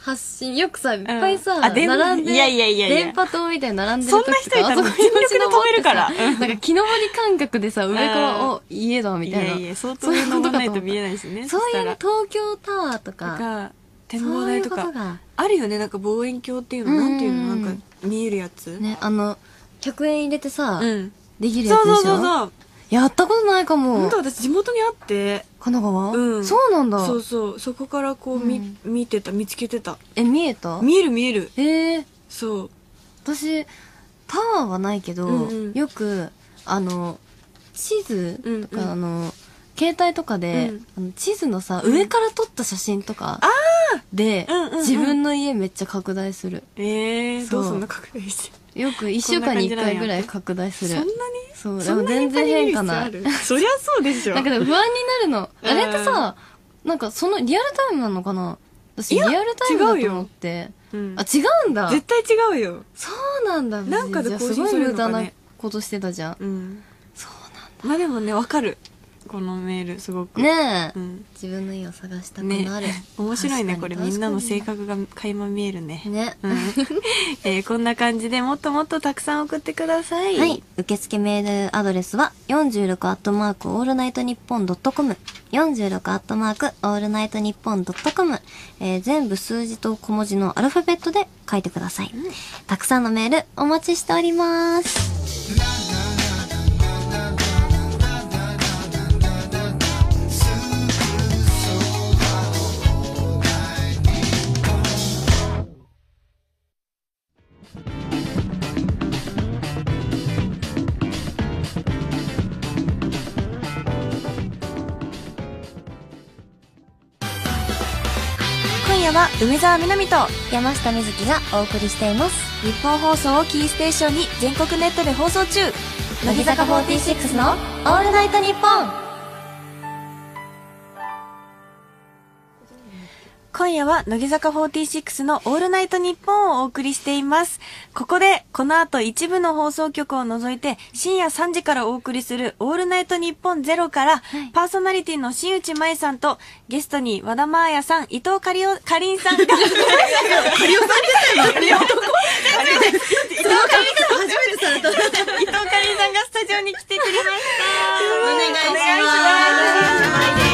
S5: 発信よくさいっぱいさ、
S2: うんあ電
S5: 並んで
S2: いやいやいやいや
S5: 電波塔みたいに並んでる時とか
S2: そんな人いたら
S5: あこ
S2: 全力で止めるか
S5: 気
S2: ら
S5: 持ち登ってさなんか木登り感覚でさ上から
S2: う
S5: 「
S2: ん
S5: お家だ」み
S2: い
S5: たいな
S2: やいや相当
S5: そういうこと
S2: 登
S5: から
S2: ないと見えないしね
S1: そういう
S2: したら
S1: 東京タワーと
S2: と
S1: か
S2: か
S1: そ
S2: 展望
S1: うい
S2: 台
S1: う
S2: と
S1: こ
S2: か
S1: とが
S2: あるよねなんか望遠鏡っていうの
S1: うん
S2: なんていうのなんか見えるやつ、
S1: ねあの100円入れてさ、
S2: うん
S1: できるや
S2: そう
S1: つで
S2: そう
S1: しょ
S2: そうそう
S1: やったことないかも
S2: 本当私地元にあって
S1: 神奈川、
S2: うん
S1: そうなんだ
S2: そうそうそこからこう見,、見てた見つけてた
S1: え見えた
S2: 見える見える
S1: えー、
S2: そう
S1: 私タワーはないけど、
S2: うんうん
S1: よくあの地図
S2: うんうん
S1: とか、あの携帯とかで、
S2: うん
S1: あの地図のさ、
S2: うん
S1: 上から撮った写真とかで、
S2: うんうんうん
S1: 自分の家めっちゃ拡大する
S2: えー、
S1: そ
S2: ど
S1: う
S2: うそんな拡大して
S1: よく1週間に1回ぐらい拡大す
S2: そん
S1: る
S2: なに
S1: そうで
S2: そん
S1: も
S2: なに
S1: 全然変化
S2: や
S1: な
S2: っ
S1: い
S2: ぱり見る必要あるそりゃそうでしょ
S5: なんかでも不安になるの
S2: うん
S1: あれってさ、なんかそのリアルタイムなのかな私
S2: い
S1: リ
S2: や
S1: アルタイムだ
S2: 違う
S1: と
S2: よ
S1: 思って。
S2: うん
S1: あ、違うんだ
S2: 絶対違うよ
S1: そうなんだ。
S2: なんかで
S1: じゃあ
S2: 更
S1: す
S2: 新す
S1: ごい
S2: る
S1: 無
S2: の
S1: 駄
S2: かね
S1: なことしてたじゃん。
S2: うん
S1: そ
S2: まあでもねわかるこのメールすごく
S1: うなんねえ、
S2: うん
S1: 自分の家を探したくなる。
S2: 面白い
S1: 確
S2: ねこ
S1: かに
S2: れみんなの性格が垣間見えるね
S1: ね。
S2: うん [LAUGHS] えーこんな感じでもっともっとたくさん送ってください
S1: はい。受付メールアドレスは、46アットマークオールナイトニッポンドットコム、46アットマークオールナイトニッポンドットコム、えー全部数字と小文字のアルファベットで書いてください。たくさんのメールお待ちしております。
S2: 今夜は梅澤美波と
S1: 山下美月がお送りしています。
S2: 日本放送をキーステーションに全国ネットで放送中
S1: 乃木坂46の「オールナイトニッポン
S2: 今夜は乃木坂46のオールナイトニッポンをお送りしていますここでこの後一部の放送局を除いて深夜3時からお送りするオールナイトニッポンゼロから、
S1: い
S2: パーソナリティの新内麻衣さんとゲストに和田真彩さん伊藤かりお [LAUGHS] かりんさん
S5: 初め
S2: が
S5: てされた
S2: 伊藤かりんさんがスタジオに来てくれました。お願いします。お願いします。お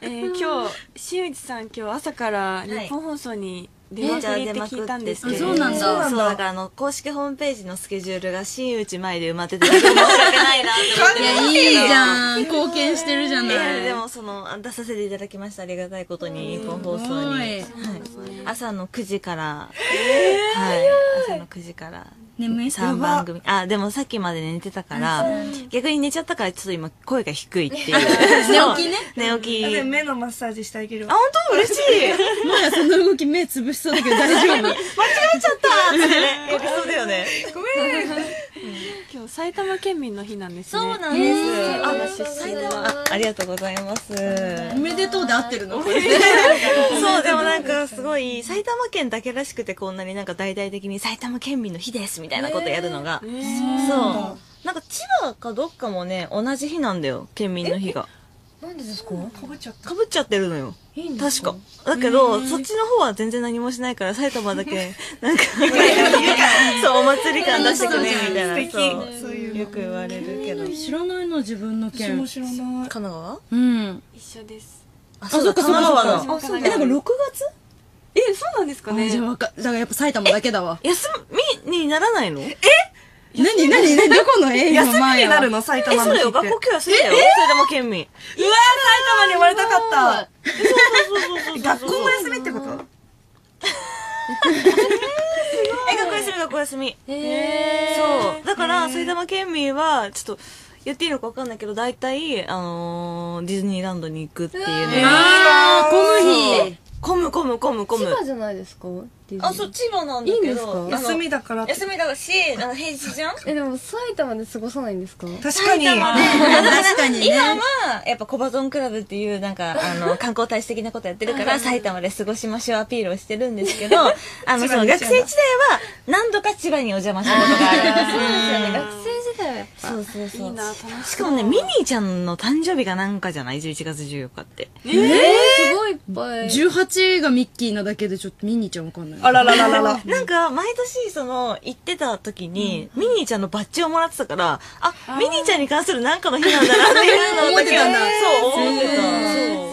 S2: えー今日新内さん今日朝から日本放送に出まくりって聞いたんですけれど、
S5: 出まくりってあそうなんだ
S6: だからあの公式ホームページのスケジュールが新内前で埋まってて申し訳ないなって思ってます
S5: いいじゃん貢献してるじゃ
S6: い
S5: な
S6: や
S5: い
S6: でもその出させていただきましたありがたいことに日本放送に、はい、朝の9時から、はい朝の9時から
S5: 眠い
S6: 3番組あでもさっきまで寝てたから逆に寝ちゃったからちょっと今声が低いって
S5: [LAUGHS]
S6: いう寝起きね寝起き
S7: 目のマッサージしてあげる
S2: あ本当嬉しい。
S5: もやその動き目つぶしそうだけど
S6: [LAUGHS]
S5: 大丈夫
S6: やりそうだよね
S2: 今日埼玉県民の日なんですね。
S6: そうなんです、あありがとうございます
S5: おめでとうで合ってるの
S6: そう、でもなんかすごい、埼玉県だけらしくてこんなになんか大々的に埼玉県民の日ですみたいなことやるのが。そう。なんか千葉かどっかもね、同じ日なんだよ、県民の日が。なんでですかかぶっちゃってるのよ。確か。だけど、そっちの方は全然何もしないから、埼玉だけ、なんか、そう、お祭り感出してくれみたいな。そ
S7: そ
S6: う
S7: ういう
S6: よく言われるけど。神
S5: 知らないの自分の
S7: 私も知らない
S6: 奈川
S5: うん
S2: 一緒です。
S6: あ、そうだ、神奈川だ。
S2: あそう
S5: えなんか6月
S2: えそうなんですかね
S5: あじゃ。あわかだからやっぱ埼玉だけだわ
S6: 休みにならないの
S5: 何何何どこの映画
S7: 休み
S5: 前
S7: になる
S5: は
S7: の埼
S6: え、
S7: 玉
S6: そ
S7: の
S6: れ
S7: 日
S6: よ、
S7: っ
S6: 学
S7: て
S6: 校今日休みだよ。埼玉県民。うわ
S7: 仲間に生まれたかった。
S6: そうそうそうそう
S7: 学校も休みってこと
S6: え学校休み学校休み
S5: え
S6: そうだから埼玉県民はちょっとやっていいのか分かんないけど大体、あのー、ディズニーランドに行くっていうね
S5: あー、この日。
S6: 混む混む混む混む
S5: 千葉じゃないですか
S6: あそう
S5: う。
S6: 千葉なんだ
S5: いいん
S6: け
S5: ですか
S6: どあの
S7: 休みだからって。
S6: 休みだしあの平日じゃん
S5: え、でも埼玉で過ごさないんですか
S7: 確かに。
S6: 確かに、ね、今はやっぱコバゾンクラブっていうなんかあの観光大使的なことやってるから埼玉で過ごしましょうアピールをして [LAUGHS] るんですけどあのその学生時代は何度か千葉にお邪魔したことがある
S5: 学生時代はやっぱ。
S6: そうそうそうしかもねミニーちゃんの誕生日がなんかじゃない11月14日って
S5: すごいいっぱい。
S8: 18がミッキーなだけでちょっとミニーちゃんわかんない
S7: あららららら。
S6: [LAUGHS] なんか毎年その行ってた時に、ミニーちゃんのバッジをもらってたからあミニーちゃんに関するなんかの日なんだなっていうのだけ
S7: 思ってたん
S6: [LAUGHS]
S7: だ
S6: そう思ってたそう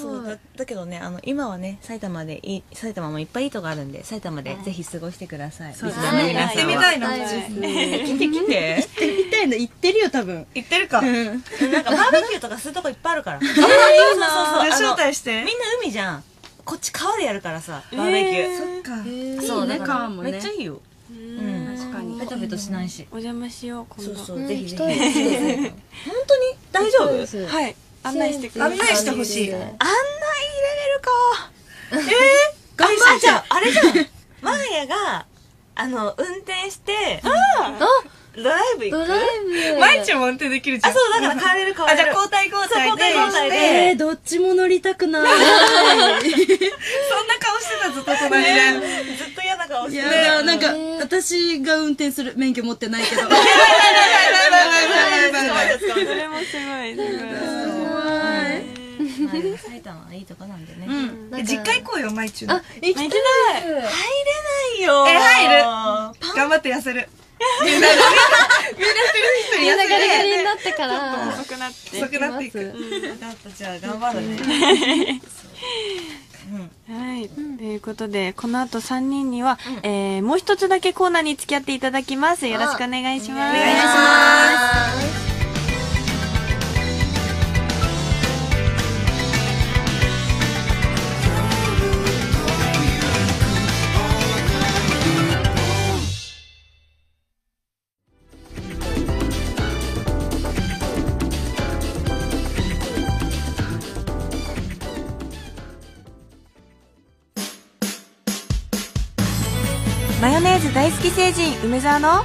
S6: そうだだけどねあの今はね埼玉でいい埼玉もいっぱいいいとこあるんで埼玉でぜひ過ごしてください、
S7: そう
S6: リ
S7: で
S6: ス
S7: す
S6: ナーの
S7: ね。行っ
S6: 皆さん
S7: てみ
S6: は
S7: たいな。
S6: 来て来て
S8: みたいな言ってるよ多分
S7: 行ってるか。
S6: [LAUGHS] なんかバーベキューとかするとこいっぱいあるからそうそう
S7: じゃあ
S6: そう
S7: 招
S6: あの
S7: 待して。
S6: みんな海じゃんこっち川でやるからさバーベキュー、
S7: そっか。
S6: そう
S8: いいね
S6: だから
S8: 川もね
S6: めっちゃいいようん確かにベタベタしないし
S2: お邪魔しよう今
S6: そう
S2: 度
S6: そうぜひぜ
S5: うん
S6: ひ本
S5: 行
S6: 当に大丈夫案内入れれ
S5: そうです
S2: はい案内してくださ
S7: 案
S2: い
S7: 内してほしい。
S6: る [LAUGHS] かええ頑張っちゃあれじゃんマーヤがあの運転してドライブ行
S5: ド
S6: く
S5: ライブ。
S7: 毎日も運転できるじゃ
S6: あ
S7: ん。
S6: そうだから変われる変わ
S7: あ、
S6: れ
S7: じゃあ
S6: る
S7: 交代交代で。
S6: そう交代交代で
S8: えー、どっちも乗りたくない
S7: そんな顔してたずっと隣で。
S6: ずっと嫌な顔し
S8: い
S6: て
S8: や
S6: る
S8: ーなんか私が運転する免許持ってないけど
S2: それもすごいすごい
S6: まあでも埼玉はいいとこなんでね入
S7: え実家行こうよ、毎中。頑
S5: 行きたい。
S6: れないよ
S7: え入る
S6: パン
S7: 張って痩せる。
S5: みんなガリガリになってから。
S2: 遅くなって
S7: 遅くなっていく。
S6: だったじゃあ頑張るね
S2: はい、ということでこの後3人には、えーもう一つだけコーナーに付き合っていただきますよろしくお願いしますお願いしますマヨネーズ大好き成人梅沢の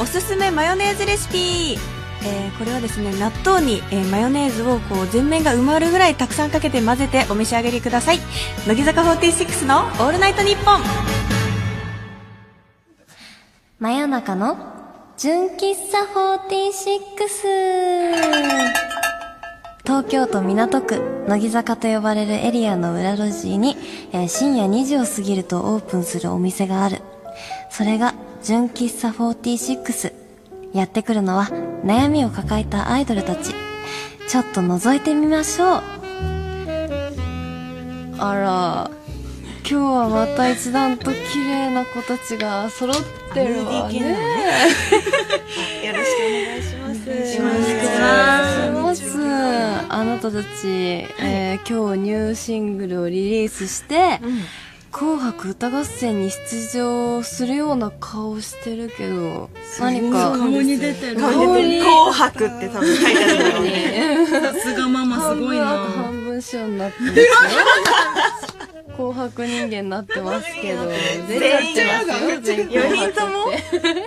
S2: おすすめマヨネーズレシピえーこれはですね納豆に、えーマヨネーズをこう全面が埋まるぐらいたくさんかけて混ぜてお召し上がりください乃木坂46の「オールナイトニッポン」
S1: 真夜中の純喫茶46東京都港区乃木坂と呼ばれるエリアの裏路地に、えー深夜2時を過ぎるとオープンするお店があるそれが純喫茶46やってくるのは悩みを抱えたアイドルたちちょっと覗いてみましょうあら今日はまた一段と綺麗な子たちが揃ってるわね
S6: よろしくお願いします
S1: よろしくお願いします。あなたたち、えー今日ニューシングルをリリースして、紅白歌合戦に出場するような顔してるけど、何か、
S8: 顔に出てる
S1: 顔に
S6: 紅白って多分書いてあるんだろうね
S8: さすがママす
S1: 半
S8: ごい
S1: 分赤
S8: な
S1: 半分白になってますよ紅白人間になってますけど、
S6: 全員
S1: 出ちゃってますよ、全
S6: 4
S1: 紅
S6: 人と
S1: 白
S6: も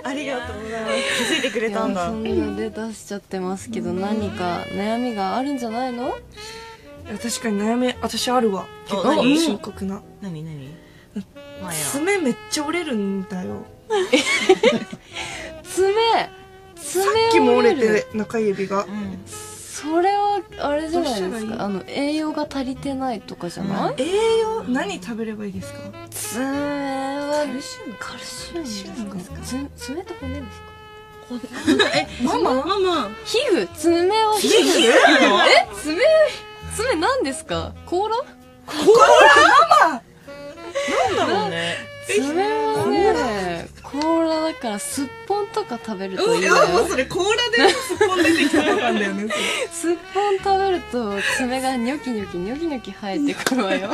S6: ありがとうございます気づいてくれ
S1: い
S6: た
S1: や
S6: んだ
S1: そんなで出しちゃってますけど、何か悩みがあるんじゃないの
S7: 確かに悩み、私あるわ。結
S6: お何
S7: 構深刻な。
S6: 何何まあや
S7: 爪めっちゃ折れるんだよ。
S1: 爪爪
S7: さっきも折れ
S1: を見る
S7: て、中指が
S6: う。ん
S1: それはあれじゃないで
S7: どう
S1: す
S7: したらいい
S1: かあの栄養が足りてないとかじゃない、
S7: 栄養、何食べればいいですか
S1: 爪はカルシウムですかつ爪と骨ですか
S8: ママママ
S1: 皮膚爪は皮膚え爪爪何ですか甲羅
S6: なんだろうね
S1: 爪はね甲甲羅だからすっぽんとか食べるといいよ
S9: うん、もうそれ甲羅ですっぽん出てきたパターンだよね。
S1: すっぽん食べると爪がニョキニョキニョキニョキ生えてくる
S9: [LAUGHS]
S1: わよ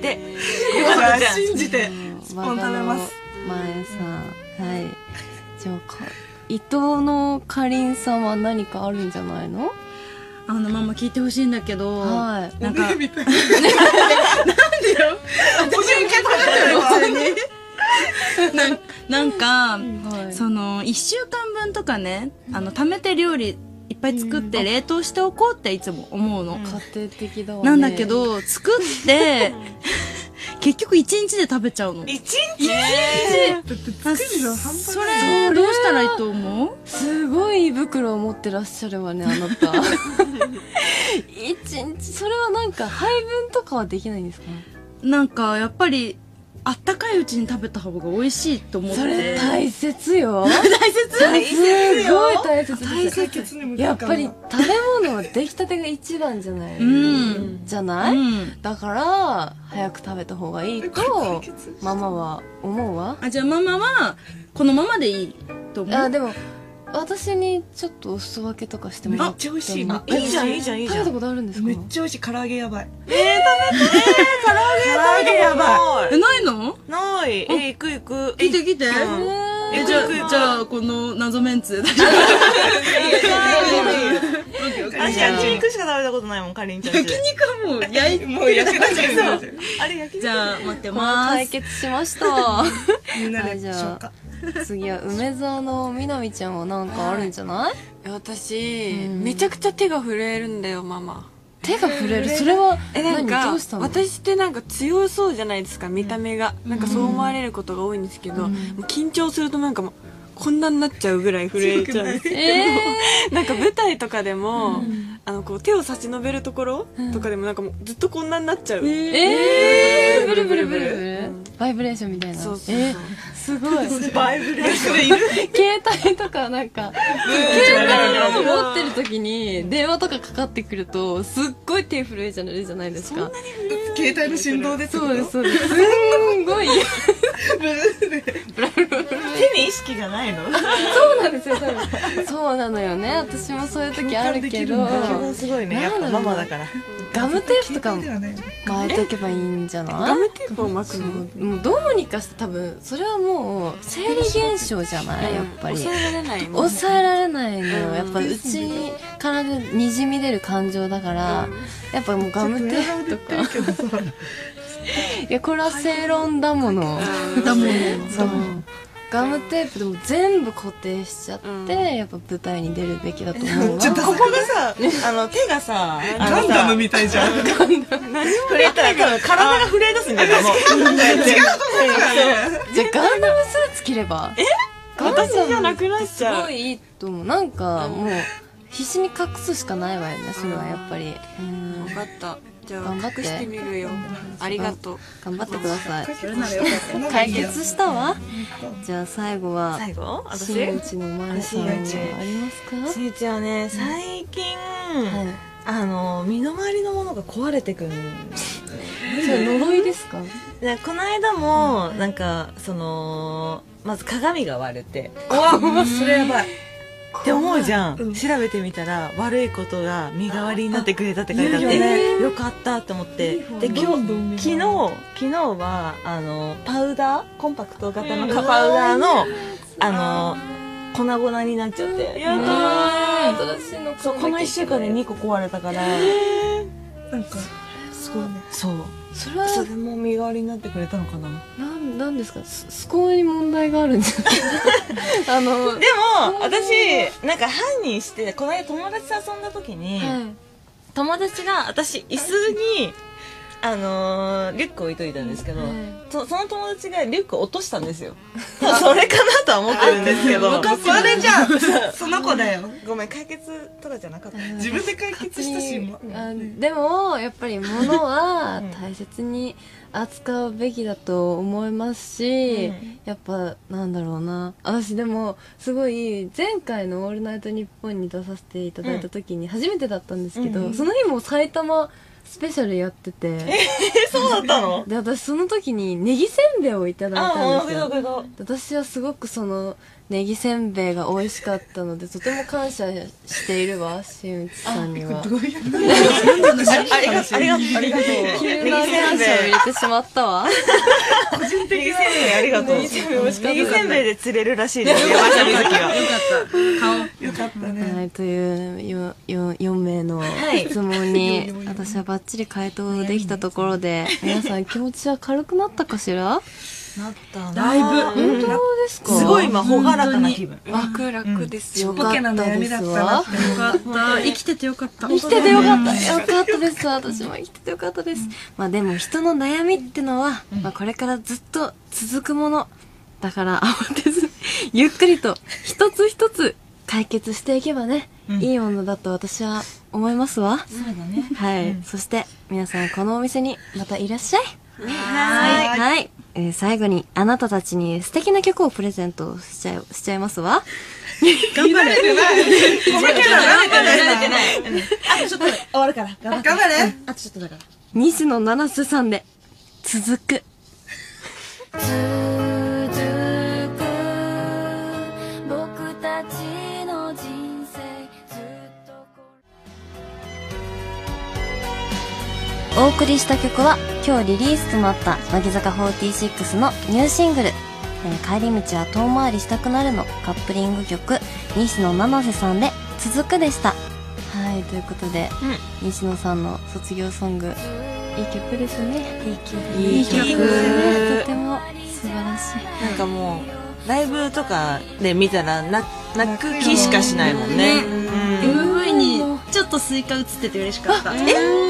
S6: で、
S9: 甲羅信じて。
S1: す
S9: っぽん食べます
S1: 前さんはいじゃあか伊藤のかりんさんは何かあるんじゃないの
S8: あのママ聞いてほしいんだけど、
S1: はい
S8: [LAUGHS] なんか
S9: みたいな。なんでよ。私受けたんだよ。
S8: なんか、
S1: はい
S8: その1週間分とかねあの貯めて料理いっぱい作って冷凍しておこうっていつも思うの、
S1: 家庭的だわね
S8: なんだけど作って結局1日で食べちゃうの
S6: 一
S8: あそれどうしたらいいと思う
S1: すごい胃袋を持ってらっしゃるわねあな
S8: [LAUGHS]
S1: た一日それはなんか配分とかはできないんですか
S8: なんかやっぱりあったかいうちに食べた方が美味しいと思って
S1: それ大切
S8: [LAUGHS]
S1: よ大切すごい大切ですやっぱり食べ物は出来たてが一番じゃない、
S8: うん
S1: じゃ
S8: う
S1: ない、
S8: ん
S1: だから早く食べた方がいいとママは思うわ
S8: あじゃあママはこのままでいいと思う
S1: あでも私にちょっとお裾分けとかしてもらっても
S9: めっちゃ美味しいない
S6: いじゃん、いいじゃん、いいじ
S1: 食べ
S6: ゃん。
S1: たことあるんですか
S9: めっちゃ美味しい。唐揚げやばい。
S6: 唐揚げやば
S8: えないの
S6: い。ない。え、行く行く。
S8: 聞いて聞いて
S6: うん
S1: え
S8: えじゃあじゃあこの謎メンツ [LAUGHS]
S6: 私、焼肉しか食べたことないもん、かりんちゃんち。
S8: 焼肉はもう焼いて
S9: もう焼けたじゃん。
S6: あれ、焼肉
S8: じゃあ待って
S1: ーこれは
S8: ま
S1: 解
S8: す
S1: 決しました [LAUGHS]
S9: みんなで消化。
S1: 次は梅沢のみなみちゃんはなんかあるんじゃない
S2: 私、
S1: うん
S2: めちゃくちゃ手が震えるんだよママ
S1: 手が震えるそれは
S2: えなん
S1: 何
S2: か
S1: どうしたの
S2: 私ってなんか強そうじゃないですか見た目が、なんかそう思われることが多いんですけど、もう緊張するとなんかもうこんなになっちゃうぐらい震えちゃうんですけど、なんか舞台とかでも、あのこう手を差し伸べるところとかでもなんかもうずっとこんなになっちゃう、
S1: えー、ブルブルブルブルバイブレーションみたいな
S2: そうそうそう
S1: えす [LAUGHS] ごい
S6: バイブレーションいる
S1: 携帯とかなんか携帯を持ってる時に電話とかかかってくるとすっごい手震えちゃうじゃないですか
S9: 携帯の振動でってこ
S1: そ
S9: と
S1: うですそうですすんごい
S6: 手に意識がないの
S1: そうなんですよ多分そうなのよね私もそういう時あるけど
S6: [LAUGHS] すごいね。やっぱママだから。
S1: ガムテープとか
S9: 携帯
S1: も
S9: ではない
S1: 巻いておけばいいんじゃない
S2: ガムテープを巻くの
S1: そうもうどうにかして多分それはもう生理現象じゃないやっぱり
S2: 抑えられないもん
S1: 抑えられないのよ
S2: うん
S1: やっぱうちにからにじみ出る感情だからやっぱもうガムテープとか
S9: けどさ
S1: いやこれは正論だもの
S8: だもん
S1: そうガムテープでも全部固定しちゃって、
S2: うん
S1: やっぱ舞台に出るべきだと [LAUGHS] 思うわ
S9: ちょっと
S6: ここがさ、あの、手がさ、あの
S9: ガ
S6: さ
S9: ンダムみたいじゃん。
S6: 触れたら多分体が震え出すんだよ、もう。違う
S1: じゃあガンダムスーツ着ればえガンダム
S2: 私じゃなくなっ
S1: す
S2: ちゃ
S1: ご
S2: う
S1: いいいと思うなんかもう必死に隠すしかないわよねそれはやっぱりうん
S2: 分かったじゃあ
S1: 頑張って
S2: 隠してみるよありがとう
S1: 頑張ってください
S9: それならよかった。
S1: 解決したわじゃあ最後は
S6: 最後私
S1: 新内の前さんはありますか
S6: スイーちゃんね、最近、
S1: はい
S6: あの、身の回りのものが壊れてくるんですよね。
S1: それ呪いですか
S6: なんかこの間も、なんか、その、まず鏡が割れて、 [LAUGHS]
S9: それやばい。
S6: って思うじゃん、
S9: うん
S6: 調べてみたら悪いことが身代わりになってくれたって書いてあって
S9: あ言うよね
S6: よかったと思ってで今日
S9: どんどん
S6: 昨日昨日はあのパウダーコンパクト型のカパウダーのあの粉々になっちゃってやだそうこの1週間で2個壊れたから
S9: なんか、すごいね。
S6: そう
S1: それは
S6: それも身代わりになってくれたのかな
S1: なんなんですかす思考に問題があるんじゃないあの
S6: でも私なんか犯人してこの間友達と遊んだ時に、友達が私椅子にあのーリュック置いといたんですけど、そその友達がリュック落としたんですよ [LAUGHS] それかなとは思ってるんですけど
S9: それじゃん。その子だよ。
S6: ごめん解決とかじゃなかった
S9: 自分で解決したし、今。
S1: あでもやっぱり物は大切に扱うべきだと思いますし、
S6: うん
S1: やっぱなんだろうな私でもすごい前回の「オールナイトニッポン」に出させていただいた時に初めてだったんですけど、
S6: うん
S1: その日も埼玉スペシャルやってて
S6: そうだったの
S1: で私その時にネギせんべいをいただい
S6: あ、
S1: た
S6: お
S1: ん
S6: く
S1: です
S6: ど
S1: よ
S6: くど。
S1: 私はすごくそのネギせんべいが美味しかったのでとても感謝しているわ新内さんには
S6: ありがとう、ありがとう、ありがとう。
S1: 急
S6: ネギ
S1: な
S6: せん
S10: [LAUGHS]
S1: 感謝を入
S6: べい
S1: れてしまったわ
S6: ネギせんべいありがとう。ネギせんべいで釣れるらしいですよ、山下美月は。
S1: はい、というよよ4名の質問に私はバッチリ回答できたところで皆さん気持ちは軽くなったかしら
S6: なった
S10: だいぶ
S1: 本当ですか
S6: すごい今、ほがらかな気分。
S11: 楽楽ですよ
S1: よ
S10: ポ
S1: か
S10: ケ
S1: っ
S10: な
S1: た
S10: 悩み
S1: で
S10: だっ
S1: す
S10: た
S1: わ
S10: なってよかった生きててよかった
S1: 生きててよかったよかったです私も生きててよかったですまあでも人の悩みってのは、まあ、これからずっと続くものだから [LAUGHS] 慌てずゆっくりと一つ一つ解決していけばね、いいものだと私は思いますわそうだねはい、そして皆さんこのお店にまたいらっしゃいはいはい、えー最後にあなたたちに素敵な曲をプレゼントしちゃいしちゃいますわ
S10: 頑張れ
S1: 西野七瀬さんで続く
S2: 続く僕たちの人生ずっとお送りした曲は今日リリースとなった乃木坂46のニューシングル「えー帰り道は遠回りしたくなるの」カップリング曲西野七瀬さんで「続く」でしたはいということで、西野さんの卒業ソングいい曲ですねいい曲
S6: いい曲
S1: ねとても素晴らしい
S6: なんかもう、ライブとかで見たら、な、泣く気しかしないもんね。
S8: MV にちょっとスイカ映ってて嬉しかった
S6: え、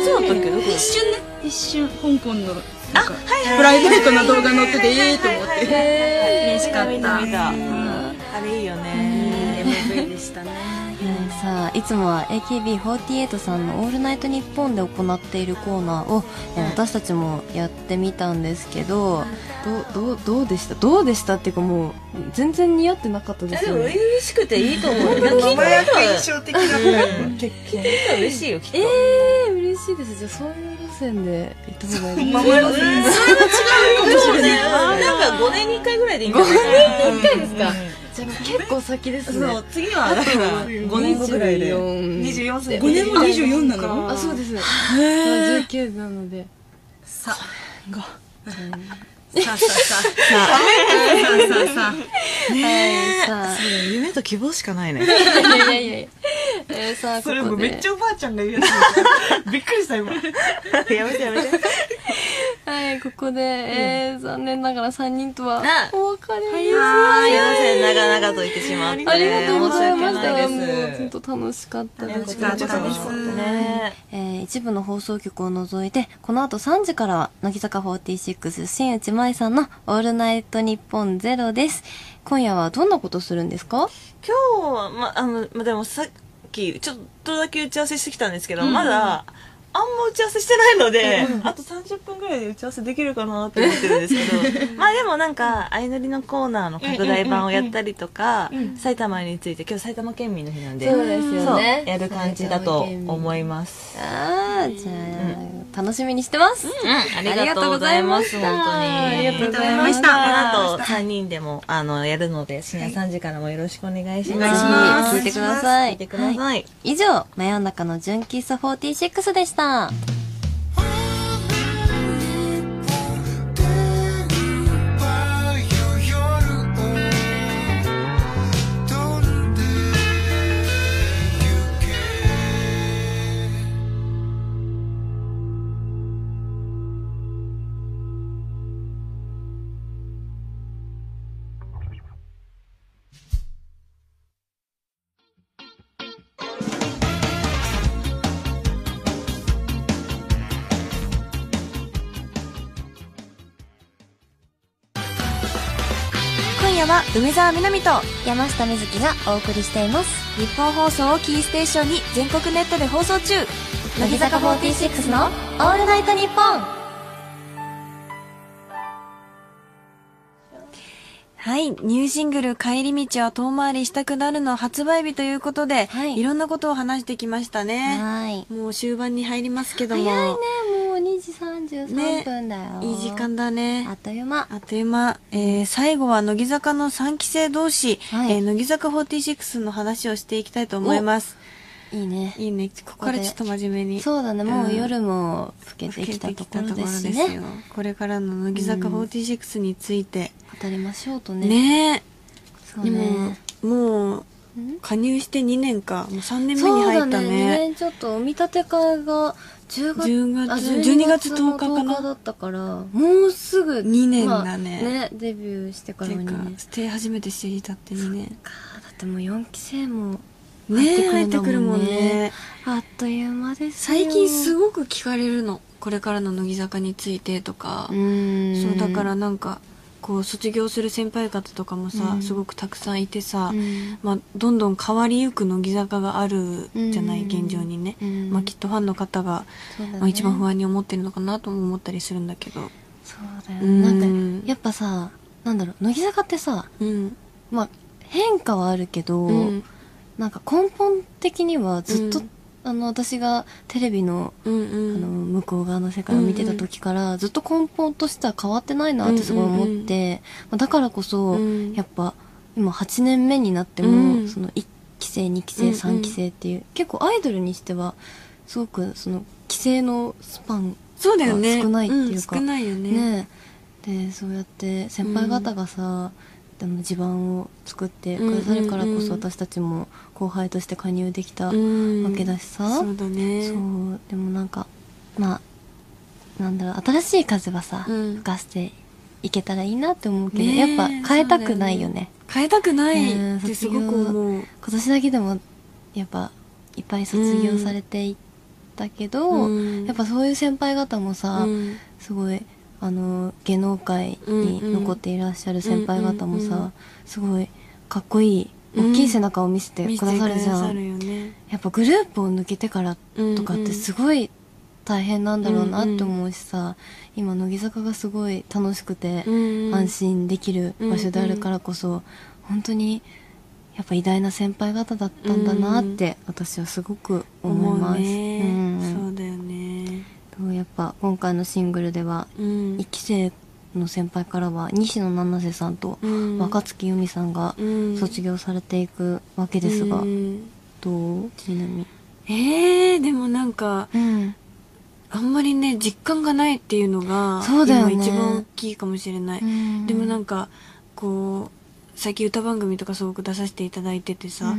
S6: そうだったっけどこ
S8: 一瞬ね一瞬香港のなんかプライベートな動画載っててええと思って嬉しか
S6: 見
S8: った
S6: た見た。あれいいよね。
S8: MV でしたね
S2: はいさあいつもは AKB48 さんの「オールナイトニッポン」で行っているコーナーを、えー私たちもやってみたんですけど
S1: どうどうどうでしたどうでしたっていうかもう全然似合ってなかったです
S6: で
S1: よ
S6: も、
S1: ね
S6: 嬉しくていいと思う。なんか聞い
S10: ま
S6: た
S10: あやっ
S6: 人
S10: ぱ
S6: は
S10: 印象的だった
S6: うん
S10: 結
S6: 聞いた人は嬉しいよ、きっと。
S1: えー嬉しいですじゃあそういう路線で行った方がいい
S10: 構守らずに
S6: そうね。なんか5年に1回ぐらいでいいんじゃないかな。5年に1回ですか
S1: じゃあ結構先ですね
S6: そう、次は、だから、5年後ぐらいで。24歳。
S10: 5年も24なの
S1: あそうです19なので
S8: さあさあ [LAUGHS] さあさあさあさあ
S6: ね
S1: さあ [LAUGHS]
S6: え。夢と希望しかないね。
S1: いやいやいやいやえーさあこ
S10: それも
S1: こ
S10: うめっ
S1: で
S10: ちゃおばあちゃんが言うやつびっくりした今
S6: やめてやめて。
S1: はいここで、えー残念ながら3人とは
S6: な
S1: お別れです、
S6: すいません、長々と言ってしまって。
S1: ありがとうございました
S6: 申し訳
S1: も
S6: ないうです
S1: 本当楽しかったです
S8: しかったです
S6: ね
S2: えー一部の放送局を除いてこの後3時からは乃木坂46新内舞さんの「オールナイトニッポンゼロです今夜はどんなことするんですか
S6: 今日は、ま、あの、ま、でもさっき、ちょっとだけ打ち合わせしてきたんですけど、まだ、あんま打ち合わせしてないので、 [LAUGHS] あと30分ぐらいで打ち合わせできるかなって思ってるんですけ [LAUGHS] ど、まあでもなんか、相乗りのコーナーの拡大版をやったりとか、埼玉について、今日埼玉県民の日なんで、
S1: そうですよね
S6: そうやる感じだと思います。
S2: あーじゃあ、楽しみにしてます、
S6: うん、ありがとうございます、本当に。ありがとうございました。あと3人でも、あの、やるので、深夜3時からもよろしくお願いします。
S2: ぜひ聞いてくださ
S6: 聞
S2: い
S6: いてください。
S2: 以上真夜中の純喫茶46でした
S12: 今夜は梅澤美波と
S2: 山下美月がお送りしています
S12: 日本放送をキーステーションに全国ネットで放送中
S2: 乃木坂46の「オールナイトニッポン」はい。ニューシングル、帰り道は遠回りしたくなるの発売日ということで、
S1: はい
S2: い、ろんなことを話してきましたね。
S1: はい。
S2: もう終盤に入りますけど
S1: 早い
S2: も。
S1: ね、もう2時33分だよ。
S2: いい時間だね。
S1: あっという間。
S2: あっという間、えー最後は乃木坂の3期生同士、
S1: はい
S2: えー乃木坂46の話をしていきたいと思います。
S1: いいね。
S2: いいね、ここからちょっと真面目に。
S1: そうだね、もう夜も更け
S2: 老
S1: て
S2: け
S1: き
S2: て
S1: た
S2: き
S1: と
S2: た
S1: こと
S2: こ
S1: ろで
S2: ろで
S1: す
S2: す
S1: し
S2: よ。
S1: ね。
S2: これからの乃木坂
S1: うん
S2: 46について。
S1: 語りましょうとね。
S2: ねえ
S1: そうね。
S2: もう
S1: うん、
S2: 加入して2年か。もう3年目
S1: そ
S2: に
S1: う
S2: 入
S1: だ
S2: った
S1: ね、2
S2: ね。
S1: 年ちょっとお見立て会が10月
S2: 10
S1: あ
S2: 月、12月10日か
S1: 10だ
S2: な。
S1: ったから、もうすぐ。
S2: 2年
S1: まあ
S2: だね。
S1: ね、デビューしてから
S2: て
S1: の
S2: か
S1: 2年。、
S2: ステイ初めてしていたって2年。
S1: かだってもう4期生も
S2: ねえ、
S1: 入
S2: 入
S1: っ
S2: ってて
S1: く
S2: く
S1: る
S2: る
S1: も
S2: も
S1: ん
S2: ん
S1: ね
S2: ね。
S1: あっという間ですよ
S2: 最近すごく聞かれるのこれからの乃木坂についてとか、
S1: うん
S2: そうだからなんかこう卒業する先輩方とかもさ、すごくたくさんいてさ、
S1: うん
S2: まあ、どんどん変わりゆく乃木坂があるじゃな
S1: う
S2: い、
S1: ん
S2: 現状にね、
S1: うん
S2: まあ、きっとファンの方が、
S1: そうだね
S2: まあ、一番不安に思ってるのかなとも思ったりするんだけど、
S1: そうだよ
S2: うん
S1: ねなんかやっぱさなんだろう乃木坂ってさ
S2: うん
S1: まあ変化はあるけど、
S2: うん
S1: なんか根本的にはずっと、
S2: うん
S1: あの私がテレビの
S2: うんう
S1: あの
S2: ん
S1: 向こう側の世界を見てた時から、ずっと根本としては変わってないなってすごい思って、
S2: うんうん
S1: まあだからこそ、
S2: うん
S1: やっぱ今8年目になっても、
S2: うん
S1: その1期生2期生
S2: うんうん
S1: 3期生っていう、結構アイドルにしてはすごくその規制のスパン
S2: そうだよね
S1: 少ないっていうか
S2: ん少ないよね
S1: ねでそうやって先輩方がさ、でも地盤を作ってくださるから
S2: うん
S1: こ
S2: うんうん
S1: そ私たちも後輩として加入できたわ
S2: うん
S1: けだしさ、
S2: そうだね
S1: そうでもなんかまあなんだろう新しい風はさ、
S2: うん
S1: 吹かせていけたらいいなって思うけど、
S2: ね
S1: や
S2: え
S1: っぱ変えたくないよね
S2: 変えたくない
S1: ね
S2: ってすごく思う、
S1: 今年だけでもやっぱいっぱい卒業されていったけど、
S2: うん
S1: やっぱそういう先輩方もさ、
S2: うん
S1: すごいあの芸能界に残っていらっしゃる先輩方もさ、
S2: うんうんうん
S1: すごいかっこいい大きい背中を見せて
S2: 見
S1: く
S2: せ
S1: ださ
S2: て
S1: るじゃん、
S2: るよね
S1: やっぱグループを抜けてからとかってすごい大変なんだろうなって思うしさ、今乃木坂がすごい楽しくて安心できる場所であるからこそ本当にやっぱ偉大な先輩方だったんだなって私はすごく思います、
S2: 思うね
S1: うん
S2: そうだよね
S1: そうやっぱ今回のシングルでは
S2: うん
S1: 1期生の先輩からは西野七瀬さんと
S2: うん
S1: 若月由美さんが
S2: うん
S1: 卒業されていくわけですが、
S2: うん
S1: どうちなみ
S2: えー、でもなんか
S1: うん
S2: あんまりね実感がないっていうのが
S1: そうだよね
S2: 今一番大きいかもしれない、でもなん
S1: か
S2: かこう最近歌番組とかすごく出させていただいててさ、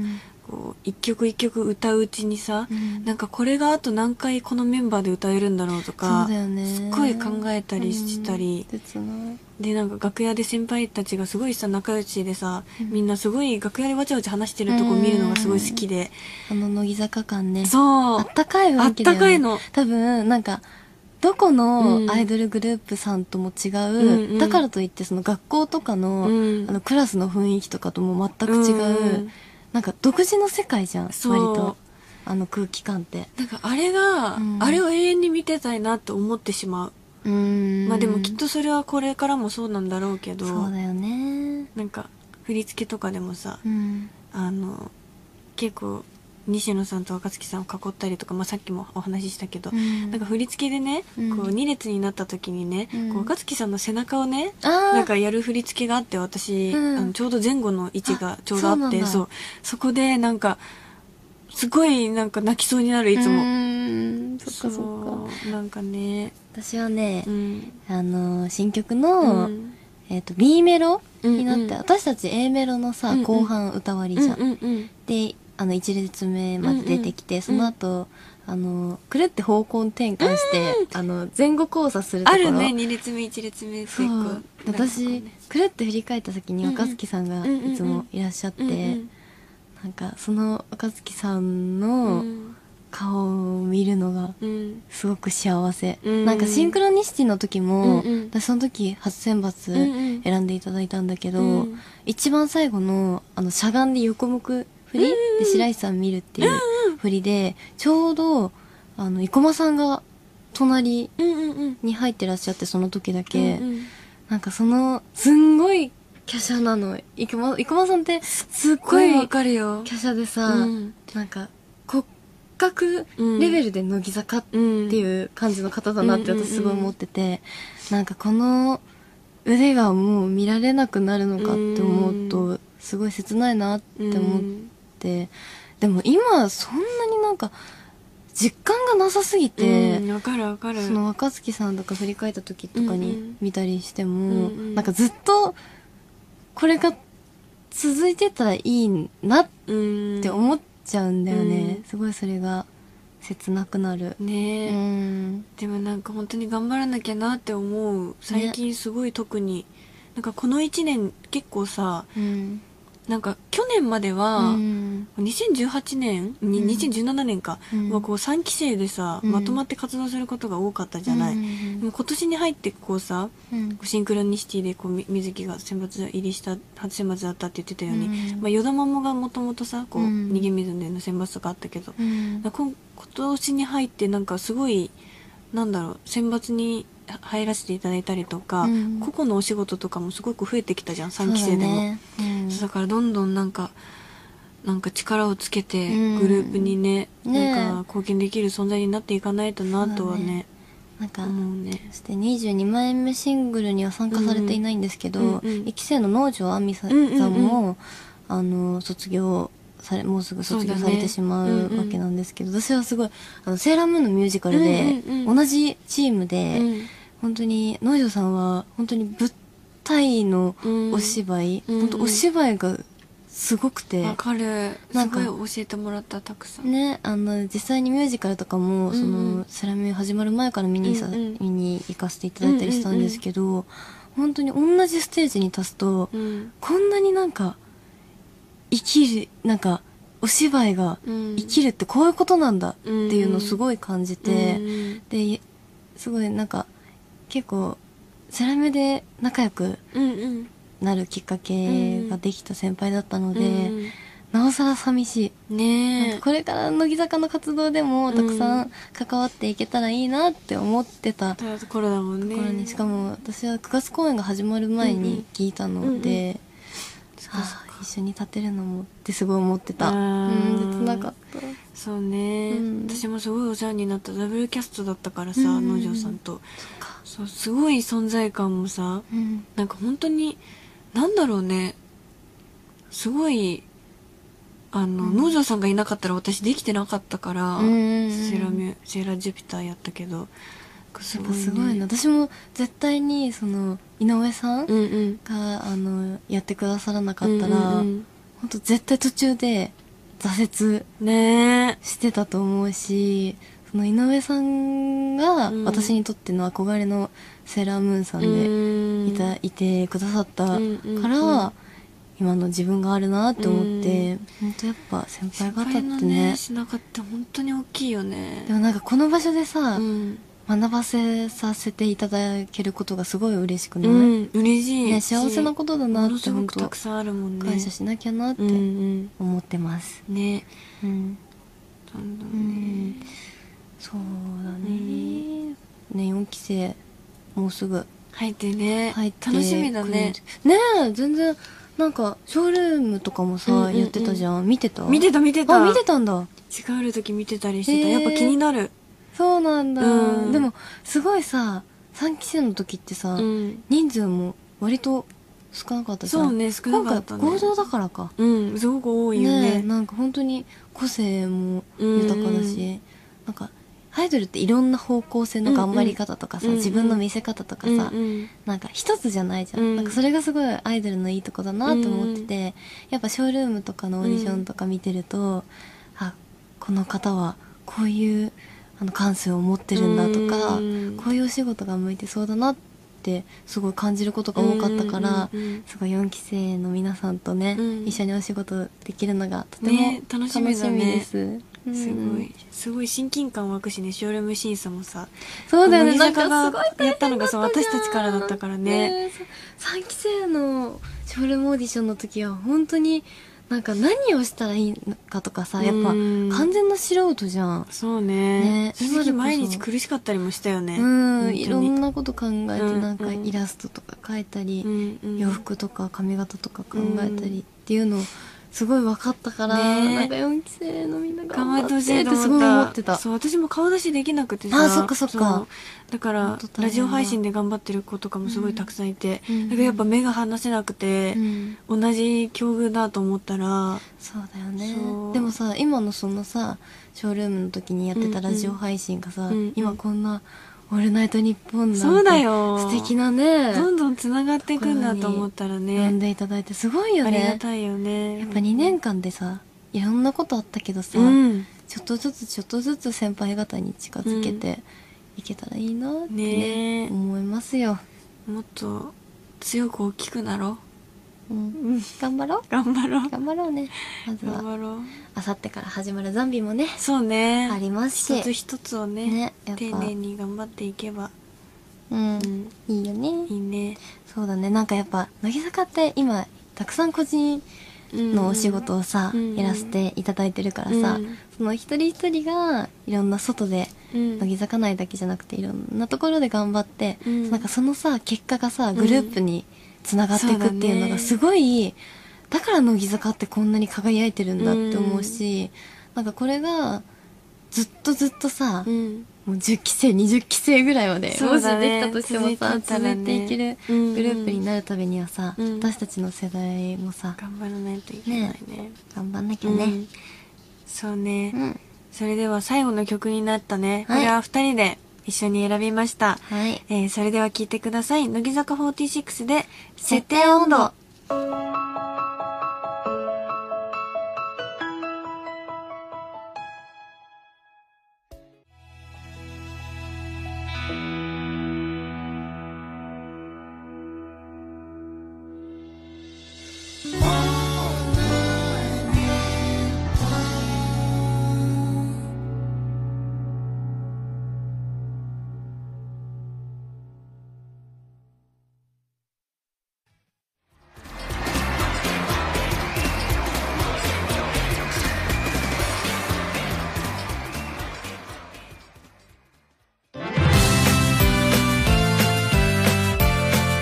S2: こう一曲一曲歌ううちにさ、なんかこれがあと何回このメンバーで歌えるんだろうと
S1: そう
S2: か
S1: だよね
S2: すっごい考えたりしたり、
S1: うん切ない
S2: でなんか楽屋で先輩たちがすごいさ仲良しでさ、みんなすごい楽屋でわちゃわちゃ話してるとこ見るのがすごい好きで、
S1: あの乃木坂感ね
S2: そう
S1: あったかい
S2: あ
S1: 雰囲
S2: っ
S1: 気だ
S2: た
S1: よね
S2: かいの
S1: 多分なんかどこ
S2: うん
S1: のアイドルグループさんとも違う、
S2: うんうん
S1: だからといってその学校とかの,、
S2: うん
S1: あのクラスの雰囲気とかとも全く違う、
S2: うん
S1: なんか独自の世界じゃん割
S2: そう
S1: とあの空気感って
S2: なんかあれが、
S1: うん
S2: あれを永遠に見てたいなと思ってしまう、
S1: うん
S2: まあでもきっとそれはこれからもそうなんだろうけど
S1: そうだよね
S2: なんか振り付けとかでもさ
S1: うん
S2: あの結構西野さんと若月さんを囲ったりとか、まあ、さっきもお話ししたけど、なんか振り付けでね、
S1: うん
S2: こう2列になった時にね、
S1: うん
S2: こう若月さんの背中をね
S1: あー
S2: なんかやる振り付けがあって私、
S1: うん
S2: あのちょうど前後の位置がちょうどあ
S1: そうな
S2: っ
S1: ん
S2: て
S1: だ
S2: そうそこでなんかすごいなんか泣きそうになるいつ
S1: う
S2: も、
S1: んそっかそっか
S2: そうなんかね
S1: 私はね
S2: う、ん
S1: あの新曲の、
S2: うん
S1: えっと B メロになって、
S2: うんうん
S1: 私たち A メロのさ、
S2: うんうん
S1: 後半歌割りじゃん、
S2: うんうん
S1: であの1列目まで出てきて、
S2: うんうん
S1: その後あのくるって方向転換して、あの前後交差すると
S2: あ
S1: ころ
S2: るね2列目1列目って
S1: そ
S2: いうう
S1: で私くるって振り返った先に
S2: うんうん
S1: 若槻さんが
S2: うんうんうん
S1: いつもいらっしゃって、
S2: うんうん
S1: なんかその若槻さん
S2: う
S1: の
S2: ん
S1: 顔を見るのが
S2: うん
S1: すごく幸せ、
S2: うん
S1: なんかシンクロニシティの時も、
S2: うんうん
S1: 私その時初選抜、
S2: うん
S1: 選んでいただいたんだけど、
S2: うん
S1: 一番最後のあのしゃがんで横向く振り、で白石さん見るっていう振りでちょうどあの生駒さんが隣
S2: うんうんうん
S1: に入ってらっしゃってその時だ
S2: うん
S1: け、
S2: うん
S1: なんかそのすんごい華奢なの。生駒、生駒さんって、すっ
S2: すっご
S1: ご
S2: いわ
S1: い華
S2: かるよ。
S1: 奢でさ、
S2: うん
S1: なんか、骨格レベルで乃木坂っていう感じの方だなって
S2: うん
S1: 私すごい思ってて、なんかこの腕がもう見られなくなるのかって思うと、すごい切ないなって思って、でも今そんなになんか、実感がなさすぎて、
S2: うんわかるわかる。
S1: その若月さんとか振り返った時とか
S2: うんうん
S1: に見たりして
S2: うん
S1: も、
S2: うん
S1: なんかずっとこれが続いてたらいいなっ
S2: うん
S1: て思っちゃうんだよね、
S2: うん
S1: すごいそれが切なくなるう
S2: ねえ、
S1: ん
S2: でもなんか本当に頑張らなきゃなって思う。最近すごい特に、なんかこの一年結構さ、
S1: うん
S2: なんか去年まで
S1: う
S2: は、
S1: ん
S2: 2018年、に
S1: うん
S2: 2017年か、
S1: うん
S2: はこう3期生でさ、
S1: うん
S2: まとまって活動することが多かったじゃない、でも今年に入ってこうさ
S1: うん
S2: シンクロニシティでこうみ水木が選抜入りした初選抜だったって言ってたように、
S1: うん
S2: まあ、よだまもがもともとさこう、
S1: うん
S2: 逃げ水での選抜とかあったけど、
S1: うん
S2: だから今今年に入ってなんかすごいなんだろう選抜に入らせていただいたりとか、
S1: うん
S2: 個々のお仕事とかもすごく増えてきたじゃん
S1: そう
S2: 3
S1: だ
S2: 期生でも。
S1: ねうん
S2: そうだからどんどんなんかなんか力をつけて
S1: うん
S2: グループにね,、
S1: ねえ
S2: なんか貢献できる存在になっていかないとなとはね
S1: なんか、
S2: 思うね
S1: そして22枚目シングルには参加されていないんですけど、
S2: うんうん
S1: 1期生の農場あみさ,、
S2: うんうんうん
S1: さんもあの卒業されもうすぐ卒業
S2: そう
S1: さ
S2: だね
S1: れてしま
S2: うんう
S1: うんわけなんですけど、私はすごいあのセーラームーンのミュージカルで、
S2: うんうんうん
S1: 同じチームで、
S2: うん
S1: 本当に農場さんは本当に物体のお芝居、
S2: うん
S1: 本当お芝居がすごくて、
S2: わかる
S1: な
S2: す
S1: んか
S2: ごい教えてもらったたくさん、
S1: ね、あの実際にミュージカルとかも、
S2: うんうん
S1: そのセラミュー始まる前から見にさ、
S2: うんうん
S1: 見に行かせていただいたりしたんですけど、本当に同じステージに立つと、
S2: うん
S1: こんなになんか生きるなんかお芝居が
S2: うん、
S1: 生きるってこういうことなんだっていうのをす
S2: い
S1: ごい感じて、ですごいなんか結構セラミューで仲良く
S2: うんうん
S1: なるきっかけができた先輩だったので、
S2: うん
S1: なおさら寂しい。
S2: うんねえ
S1: これから乃木坂の活動でもたくさん関わっていけたらいいなって思ってた
S2: たところだもんね
S1: 頃にしかも私は9月公演が始まる前に聞いたので、ああ一緒に立てるのもってすごい思ってた
S2: あ
S1: う
S2: ー
S1: ん切なかった
S2: そうね、
S1: うん
S2: 私もすごいお世話になったダブルキャストだったからさ、
S1: うん
S2: 農場さんとそうすごい存在感もさ
S1: うん
S2: なんか本当になんだろうねすごいあの、農場さんがいなかったら私できてなかったから、
S1: うんうんうん
S2: セーラミュセーラジュピターやったけどなんかす
S1: やっ
S2: ごい
S1: ぱ
S2: ね
S1: すごいな私も絶対にその井上さんが、
S2: うんうん
S1: あのやってくださらなかったら、
S2: うんうんうん
S1: ほんと絶対途中で挫折
S2: ね
S1: してたと思うしその井上さんが
S2: うん
S1: 私にとっての憧れのセーラームーンさ
S2: え
S1: んで
S2: うん
S1: いた、いてくださったから、
S2: うんうんうん
S1: 今の自分があるなって思って、
S2: う
S1: 本当やっぱ先輩
S2: 失
S1: 方っ
S2: 敗の
S1: て
S2: ね
S1: ね
S2: しなかった本当に大きいよね
S1: でもなんかこの場所でさ、
S2: うん、
S1: 学ばせさせていただけることがすごい嬉しくない、
S2: うん、嬉しい、
S1: ね、幸せなことだな
S2: もの
S1: って
S2: すご
S1: 本
S2: くた
S1: 当
S2: くさんあるもんね
S1: 感謝しなきゃなって
S2: うんうん
S1: 思ってます、
S2: ね
S1: うん
S2: どんど
S1: うん
S2: ね
S1: んそうだね。ね、4期生、もうすぐ
S2: 入ってね
S1: 入って
S2: 楽しみだね
S1: くるんで。ねえ、全然、なんか、ショールームとかもさ、
S2: うんうんうん
S1: やってたじゃん。見てた
S2: 見てた見てた
S1: あ、見てたんだ。
S2: 違う時見てたりしてた、
S1: へー
S2: やっぱ気になる
S1: そうなんだ。
S2: うん
S1: でも、すごいさ、3期生の時ってさ、
S2: うん
S1: 人数も割と少なかったじゃん。
S2: そうね少な
S1: 今
S2: か
S1: 回
S2: ったね
S1: 合同だからか。
S2: うんすごく多いよ
S1: ねえ
S2: ね
S1: なんか本当に個性も豊かだし、
S2: うん
S1: なんか、アイドルっていろんな方向性の頑張り方とかさ、
S2: うんうん
S1: 自分の見せ方とか
S2: う
S1: さ、
S2: んうん
S1: なんか一つじゃないじゃん。
S2: うん
S1: なんかそれがすごいアイドルのいいとこだなと思ってて、やっぱショールームとかのオーディションとか見てると、あ、この方はこういうあの感性を持ってるんだとか、
S2: うん
S1: こういうお仕事が向いてそうだなってすごい感じることが多かったから、
S2: うんうんうん
S1: すごい4期生の皆さんとね、
S2: うん
S1: 一緒にお仕事できるのがとても
S2: ね楽
S1: 楽
S2: し
S1: し
S2: み
S1: み
S2: だね
S1: です。うん
S2: すごいすごい親近感湧くしねショールーム審査もさ
S1: そうだよね、な
S2: 乃木
S1: ん
S2: 坂
S1: か
S2: が
S1: すごい大変だったじゃん
S2: やったのがそう私たちからだったからね
S1: えそ3期生のショールームオーディションの時は本当になんか何をしたらいいのかとかさ、やっぱ
S2: うん
S1: 完全な素人じゃん。
S2: そう
S1: ね
S2: ね正直毎日苦しかったりもしたよね
S1: うん、い
S2: 本
S1: ろ
S2: 当に
S1: んなこと考えて、
S2: うん
S1: なんか
S2: うん
S1: イラストとか描いたり、
S2: うんうん
S1: 洋服とか髪型とか考えたりっていうのをすごい分かったから、
S2: ね
S1: なんか4期生のみんな
S2: 頑
S1: 頑
S2: 張
S1: 張って
S2: っ
S1: て
S2: ほ
S1: っ
S2: しい
S1: て
S2: と思った
S1: すごい思ってた。
S2: そう私も顔出しできなくて
S1: あそっかそっか
S2: そうだから
S1: 本当大変だ
S2: ラジオ配信で頑張ってる子とかもすごいたくさんいて、だからやっぱ目が離せなくて、
S1: うん
S2: 同じ境遇だと思ったら
S1: そうだよね
S2: そう
S1: でもさ今のそのさショールームの時にやってたラジオ配信がさ、
S2: うんうん
S1: 今こんな「オールナイトニッポン」
S2: そうだ
S1: なんて
S2: よ
S1: 素敵なね
S2: どんどんつながっていくんだと思ったら
S1: 呼ん
S2: ね
S1: でいただいてすごいよ
S2: ありが
S1: ね
S2: たいよね
S1: やっぱ2年間でさいろんなことあったけどさ、
S2: うん
S1: ちょっとずつちょっとずつ先輩方に近づけていけたらいいなってね
S2: ねえ
S1: 思いますよ、
S2: もっと強く大きくなろ
S1: うん、頑張ろう
S2: う頑張ろう
S1: 頑張ろうねまず
S2: 頑
S1: は
S2: 張ろう
S1: あさってから始まるザンビもね
S2: そうね
S1: ありますし
S2: 一つ一つをね
S1: ねやっぱ
S2: 丁寧に頑張っていけば、
S1: うん
S2: うん、
S1: いいよね
S2: いいね
S1: そうだねなんかやっぱ乃木坂って今たくさん個人のお仕事をさ、
S2: うん
S1: やらせていただいてるからさ、
S2: うん
S1: その一人一人がいろんな外で
S2: うん
S1: 乃木坂内だけじゃなくていろんなところで頑張って、
S2: うん
S1: なんかそのさ結果がさグループにつながっていくっていうのがすごい、だから乃木坂ってこんなに輝いてるんだって思うし、なんかこれがずっとずっとさ、
S2: うん
S1: もう10期生20期生ぐらいまで、
S2: そ
S1: も
S2: う
S1: し
S2: だね
S1: できたとしてもさ
S2: 続いてたら
S1: 続
S2: ね
S1: いていける
S2: うんうん
S1: グループになるためにはさ、
S2: うん
S1: 私たちの世代もさ
S2: 頑張らないといけないね
S1: 頑張んなきゃ
S2: う
S1: ね
S2: んそうね、
S1: うん
S2: それでは最後の曲になったね、
S1: はい
S2: これは2人で一緒に選びました、
S1: はい
S2: えーそれでは聴いてください乃木坂46で「
S1: 設
S2: 設定
S1: 定温度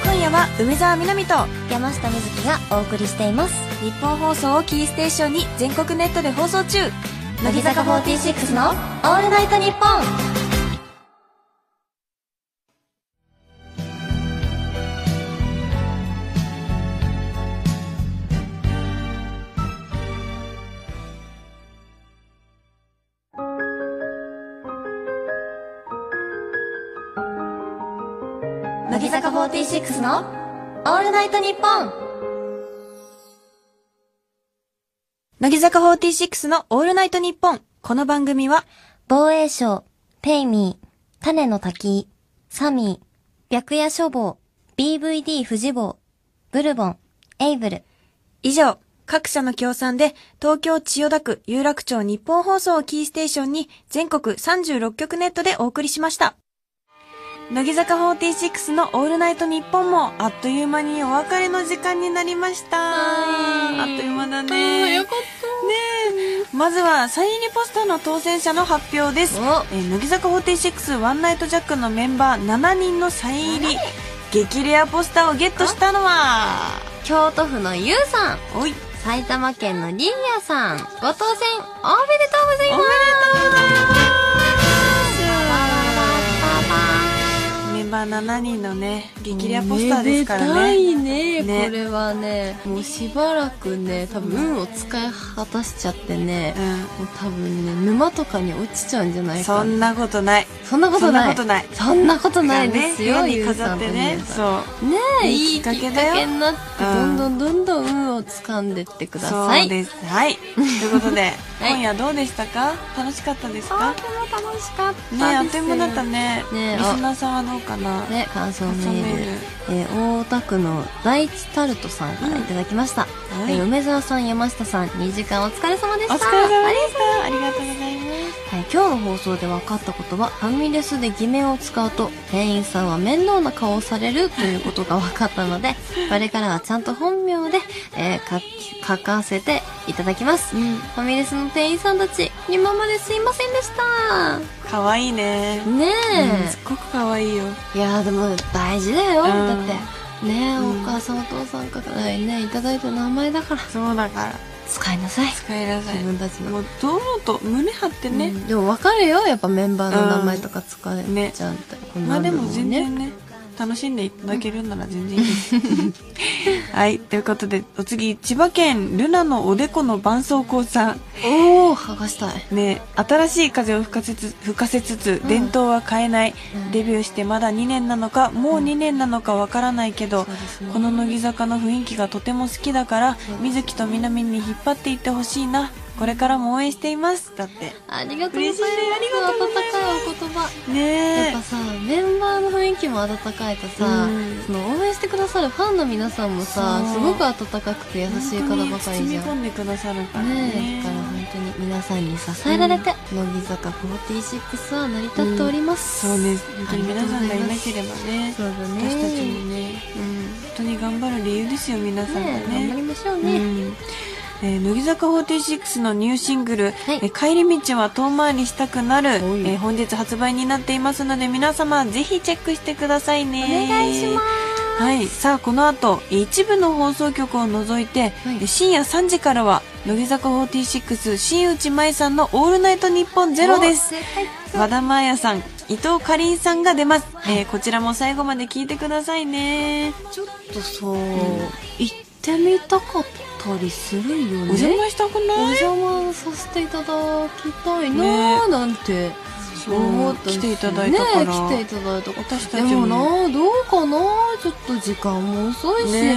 S6: 今夜は梅澤美波と
S13: 山下美月がお送りしています
S6: 日本放送をキーステーションに全国ネットで放送中
S13: 乃木坂46の「オールナイトニッポン」乃木坂46の「オールナイトニッポン」
S6: 乃木坂46のオールナイトニッポンこの番組は
S13: 防衛省、ペイミー、種の滝、サミー、白夜処方、BVD 富士坊、ブルボン、エイブル。
S6: 以上、各社の協賛で、東京千代田区有楽町日本放送をキーステーションに、全国36局ネットでお送りしました。乃木坂46のオールナイト日本も、あっという間にお別れの時間になりました。あっという間だね。よかった。ねえ。まずは、サイン入りポスターの当選者の発表です。えー乃木坂46ワンナイトジャックのメンバー7人のサイン入り、激レアポスターをゲットしたのは、
S13: 京都府のゆうさん、
S6: おい。
S13: 埼玉県のりんやさん、ご当選おめでとうござい
S6: お
S13: ま
S6: めですとうござい
S13: パ
S6: ますメンバー7人のね激レアポスターですから
S1: め
S6: ね
S1: でたいね
S6: ね
S1: これはねもうしばらくね多分運を使い果たしちゃってね、もう多分ね沼とかに落ちちゃうんじゃな
S6: う
S1: い
S6: ん、そ
S1: か
S6: んなことない
S1: そんなこ
S6: そ
S1: と
S6: んな
S1: な
S6: こ
S1: い
S6: とない
S1: そんなことないですよ、
S6: ね部屋に
S1: ゆう
S6: 飾
S1: さ
S6: っ
S1: んと
S6: て
S1: り
S6: ね
S1: えさん
S6: そう
S1: ねえ
S6: い
S1: い
S6: い
S1: い
S6: き
S1: き
S6: っかけ
S1: っ
S6: だよ
S1: かけになってど
S6: うん
S1: んどんどんどん運を掴んでってくださ
S6: そう
S1: い
S6: ですはいということで、
S1: [LAUGHS] はい
S6: 今夜どうでしたか楽しかったですか
S1: も楽しかっ
S6: ねあっという間だったね
S1: ね
S6: リスナーさんはどうかな、
S1: ね感想メ
S6: 感想メ
S1: ール
S6: ール
S1: えー大田区の第一タルトさんからいただきました、
S6: はい
S1: えー梅沢さん山下さん2時間お疲れ様で
S6: お
S1: した
S6: 疲れ様でしたありがとうございます
S1: はい、今日の放送で分かったことはファミレスで偽名を使うと店員さんは面倒な顔をされるということが分かったの [LAUGHS] でこれからはちゃんと本名で、えーか書かせていただきます、ファミレスの店員さんたち今まですいませんでした
S6: 可愛いね
S1: ねえ、
S6: すっごく可愛いよ
S1: いやーでも大事だよ、
S6: うん
S1: だってねえ、お母さんお父さんからねいただいた名前だから
S6: そうだから
S1: 使いなさい
S6: 使いなさい
S1: 自分たちの、
S6: もう堂々と胸張ってね、
S1: でも分かるよやっぱメンバーの名前とか使え
S6: うんね
S1: ちゃうみたいな、こん
S6: ま
S1: な
S6: あ
S1: ん
S6: で
S1: だ
S6: も全然ね楽しんでいただけるなら全然いいですはいということでお次千葉県ルナのおでこの絆創膏さん
S1: おお剥がしたい
S6: ね新しい風を吹かせつ吹かせつつ、伝統は変えない、デビューしてまだ2年なのかもう2年なのかわからないけど、この乃木坂の雰囲気がとても好きだから、水木と南に引っ張っていってほしいなこれからも応援していますだって
S1: ありがとうござい
S6: 嬉
S1: ます
S6: しいありがとうござい
S1: 温かいお言葉
S6: ますね
S1: やっぱさメンバーの雰囲気も温かいとさ、
S6: うん
S1: その応援してくださるファンの皆さんもさ
S6: そう
S1: すごく温かくて優しい方ばかりじゃん
S6: 包み込んでくださるからね
S1: ねえだから本当に皆さんに支えられて、乃木坂46は成り立っております、
S6: そうね本当に皆さんがいなければね
S1: そうだね
S6: 私たちもね、うん、本当に頑張る理由ですよ皆さんが
S1: ねえ頑張りましょうね、
S6: うんえー乃木坂46のニューシングル
S1: い
S6: 「えー帰り道は遠回りしたくなる」えー本日発売になっていますので皆様ぜひチェックしてくださいねお願いします、はい、さあこの後えー一部の放送局を除いて、
S1: い
S6: えー深夜3時からは乃木坂46新内麻衣さんの「オールナイトニッポンゼロです和田真彩さん伊藤かりんさんが出ます、えーこちらも最後まで聞いてくださいね
S1: ちょっとさ、行ってみたかったりするよね
S6: お邪魔したく
S1: お
S6: ない
S1: 邪魔させていただきたいなーなんて、思ったんですよ
S6: 来ていただいたから、
S1: ね来ていただいたから
S6: 私た
S1: で
S6: ちも
S1: もなどうかなちょっと時間も遅いし、
S6: ね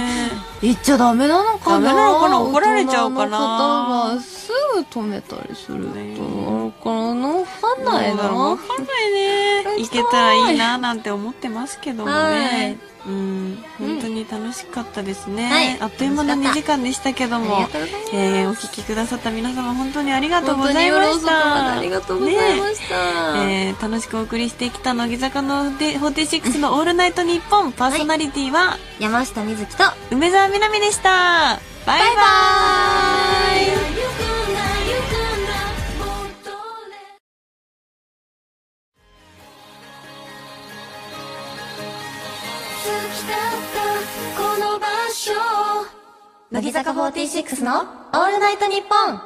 S1: 行っちゃダメなのかな
S6: ダメなのかな怒られちゃう
S1: 大
S6: かな
S1: 人の方がすぐ止めたりするとあるからなわかんないな
S6: わかんないね行けたらいいななんて思ってますけどもね、うん本当に楽しかったですね、
S1: はい
S6: あっという間の2時間でしたけどもえーお聞きくださった皆様本当にありがとうございま
S1: 本当に夜
S6: し
S1: 遅くまで
S6: た
S1: ありがとうござい
S6: ね
S1: ました、
S6: えー楽しくお送りしてきた乃木坂ので46の「オールナイトニッポン」パーソナリティは
S1: 山下美月と
S6: 梅澤みなみでしたバイバイ
S1: 乃木坂46の「オールナイトニッポン」